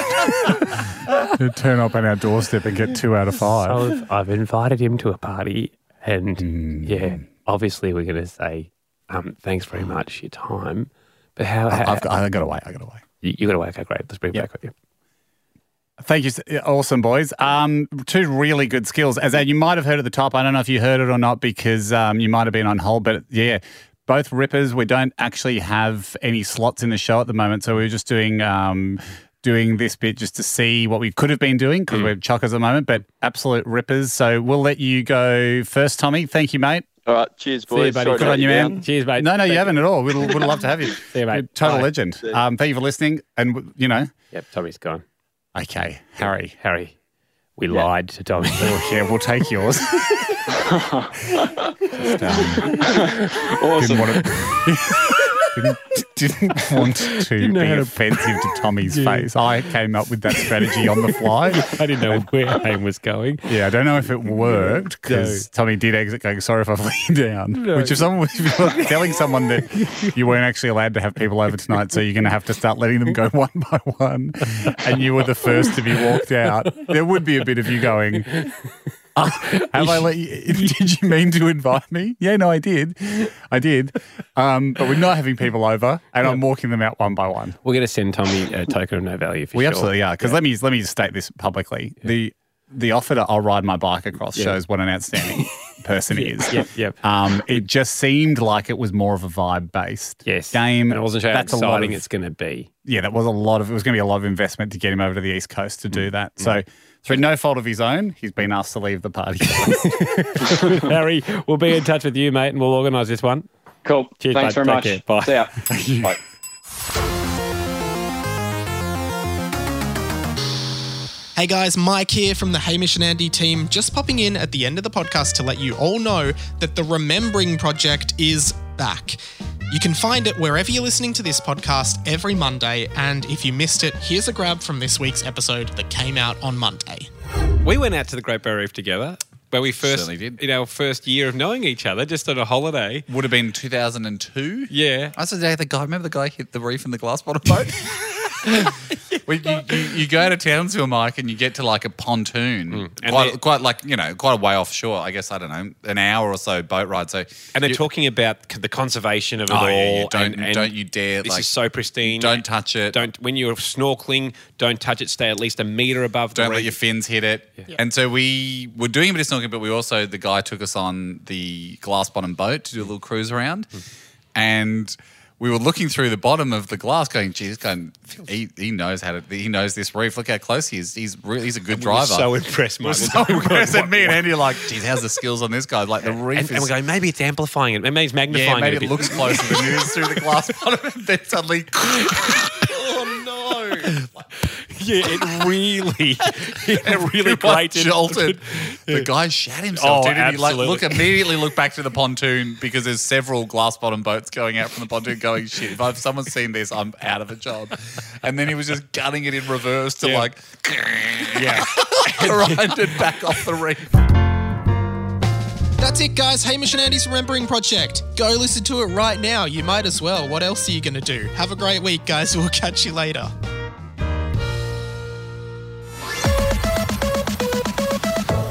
[SPEAKER 4] to turn up on our doorstep and get two out of five.
[SPEAKER 3] So I've, I've invited him to a party,
[SPEAKER 4] Mm.
[SPEAKER 3] and yeah, obviously we're going to say um, thanks very much for your time, How,
[SPEAKER 4] I- I've got, I got away. I got away.
[SPEAKER 3] You, you got away. Okay, great. Let's bring it back with you.
[SPEAKER 4] Thank you. s- yeah, Awesome, boys. Um, two really good skills. As you might have heard at the top, I don't know if you heard it or not because um, you might have been on hold, but yeah, both rippers. We don't actually have any slots in the show at the moment, so we were just doing. Um, Doing this bit just to see what we could have been doing
[SPEAKER 3] Mm.
[SPEAKER 4] because we're chuckers at the moment, but absolute rippers. So we'll let you go first, Tommy. Thank you, mate.
[SPEAKER 18] All right, cheers, boys. Sorry
[SPEAKER 4] Good
[SPEAKER 18] to
[SPEAKER 4] on
[SPEAKER 18] let
[SPEAKER 4] you,
[SPEAKER 18] down.
[SPEAKER 4] man. Cheers,
[SPEAKER 3] mate.
[SPEAKER 4] No, no, you haven't at all. We'd, we'd love to have you. See
[SPEAKER 3] you, mate.
[SPEAKER 4] Total
[SPEAKER 3] Bye.
[SPEAKER 4] legend.
[SPEAKER 3] See you.
[SPEAKER 4] Um, thank you for listening. And w- you know,
[SPEAKER 3] Yep, Tommy's gone.
[SPEAKER 4] Okay, Harry.
[SPEAKER 3] Harry, we lied to Tommy.
[SPEAKER 4] yeah, we'll take yours. um,
[SPEAKER 18] awesome.
[SPEAKER 4] Didn't want to, didn't, didn't want to
[SPEAKER 3] Didn't know
[SPEAKER 4] be
[SPEAKER 3] how to-
[SPEAKER 4] offensive to Tommy's
[SPEAKER 3] Yeah.
[SPEAKER 4] face. I came up with that strategy on the fly.
[SPEAKER 3] I didn't know where Hayne was going.
[SPEAKER 4] Yeah, I don't know if it worked because Tommy did exit going, sorry if I flew down.
[SPEAKER 3] No.
[SPEAKER 4] Which if someone if you're telling someone that you weren't actually allowed to have people over tonight, so you're gonna have to start letting them go one by one and you were the first to be walked out, there would be a bit of you going
[SPEAKER 19] Uh,
[SPEAKER 4] "Ah, have I let you, did you mean to invite me? Yeah, no, I did. I did. Um, but we're not having people over and I'm walking them out one by one.
[SPEAKER 3] We're going to send Tommy a token of no value for
[SPEAKER 4] we
[SPEAKER 3] sure.
[SPEAKER 4] absolutely are. Because let me let me just state this publicly: the the offer to "I'll ride my bike across"
[SPEAKER 3] Yeah.
[SPEAKER 4] shows what an outstanding person he is.
[SPEAKER 3] Yep, yep.
[SPEAKER 4] Um, it just seemed like it was more of a vibe based
[SPEAKER 3] Yes.
[SPEAKER 4] game.
[SPEAKER 3] And I wasn't sure how
[SPEAKER 4] That's a lot
[SPEAKER 3] exciting
[SPEAKER 4] of
[SPEAKER 3] it's going to be.
[SPEAKER 4] yeah. That was a lot of it was going to be a lot of investment to get him over to the east coast to do that. So through no fault of his own, he's been asked to leave the party.
[SPEAKER 3] Harry, we'll be in touch with you, mate, and we'll organise this one.
[SPEAKER 20] Cool.
[SPEAKER 3] Cheers,
[SPEAKER 20] Thanks
[SPEAKER 3] bud.
[SPEAKER 20] very
[SPEAKER 3] Take
[SPEAKER 20] much.
[SPEAKER 3] Care. Bye.
[SPEAKER 20] See ya. Bye.
[SPEAKER 12] Hey guys, Mike here from the Hamish and Andy team, just popping in at the end of the podcast to let you all know that the Remembering Project is back. You can find it wherever you're listening to this podcast every Monday, and if you missed it, here's a grab from this week's episode that came out on Monday.
[SPEAKER 3] We went out to the Great Barrier Reef together where we first, did. in our first year of knowing each other, just on a holiday.
[SPEAKER 19] Would have been 2002.
[SPEAKER 3] Yeah.
[SPEAKER 19] That's the day the guy, remember the guy hit the reef in the glass bottom boat? well, you, you, you go to Townsville, Mike, and you get to like a pontoon,
[SPEAKER 3] Mm. And they're-
[SPEAKER 19] quite, quite like, you know, quite a way offshore, I guess, I don't know, an hour or so boat ride. So,
[SPEAKER 3] And they're talking about c- the conservation of it
[SPEAKER 19] Oh,
[SPEAKER 3] all.
[SPEAKER 19] yeah, yeah. Don't-
[SPEAKER 3] and, and
[SPEAKER 19] don't you dare,
[SPEAKER 3] This
[SPEAKER 19] like,
[SPEAKER 3] is so pristine.
[SPEAKER 19] don't touch it.
[SPEAKER 3] Don't when you're snorkeling. Don't touch it. Stay at least a meter above.
[SPEAKER 19] Don't
[SPEAKER 3] the
[SPEAKER 19] let
[SPEAKER 3] reef.
[SPEAKER 19] your fins hit it. And so we were doing a bit of snorkeling, but we also, the guy took us on the glass bottom boat to do a little cruise around. And we were looking through the bottom of the glass going, geez, going, he, he knows how to, he knows this reef. Look how close he is. He's really, he's a good
[SPEAKER 3] And we were
[SPEAKER 19] driver.
[SPEAKER 3] so impressed,
[SPEAKER 19] We're
[SPEAKER 3] Michael.
[SPEAKER 19] so
[SPEAKER 3] Going,
[SPEAKER 19] impressed.
[SPEAKER 3] "What-
[SPEAKER 19] And me and
[SPEAKER 3] what?"
[SPEAKER 19] Andy are like, geez, how's the skills on this guy? Like the reef
[SPEAKER 3] and,
[SPEAKER 19] is
[SPEAKER 3] and we're going. Maybe it's amplifying it. Maybe it's magnifying
[SPEAKER 19] yeah, maybe
[SPEAKER 3] it. a bit.
[SPEAKER 19] it looks closer than it is through the glass bottom. And then suddenly, oh no.
[SPEAKER 3] Yeah, it really, it really
[SPEAKER 19] Everyone
[SPEAKER 3] grated.
[SPEAKER 19] jolted. The guy shat himself.
[SPEAKER 3] Oh,
[SPEAKER 19] didn't he? Like, look,
[SPEAKER 3] absolutely.
[SPEAKER 19] immediately look back to the pontoon because there's several glass bottom boats going out from the pontoon going, shit, if I've, someone's seen this, I'm out of a job. And then he was just gunning it in reverse to
[SPEAKER 3] Yeah.
[SPEAKER 19] like, yeah, grind it back off the reef.
[SPEAKER 12] That's it, guys. Hamish and Andy's Remembering Project. Go listen to it right now. You might as well. What else are you going to do? Have a great week, guys. We'll catch you later.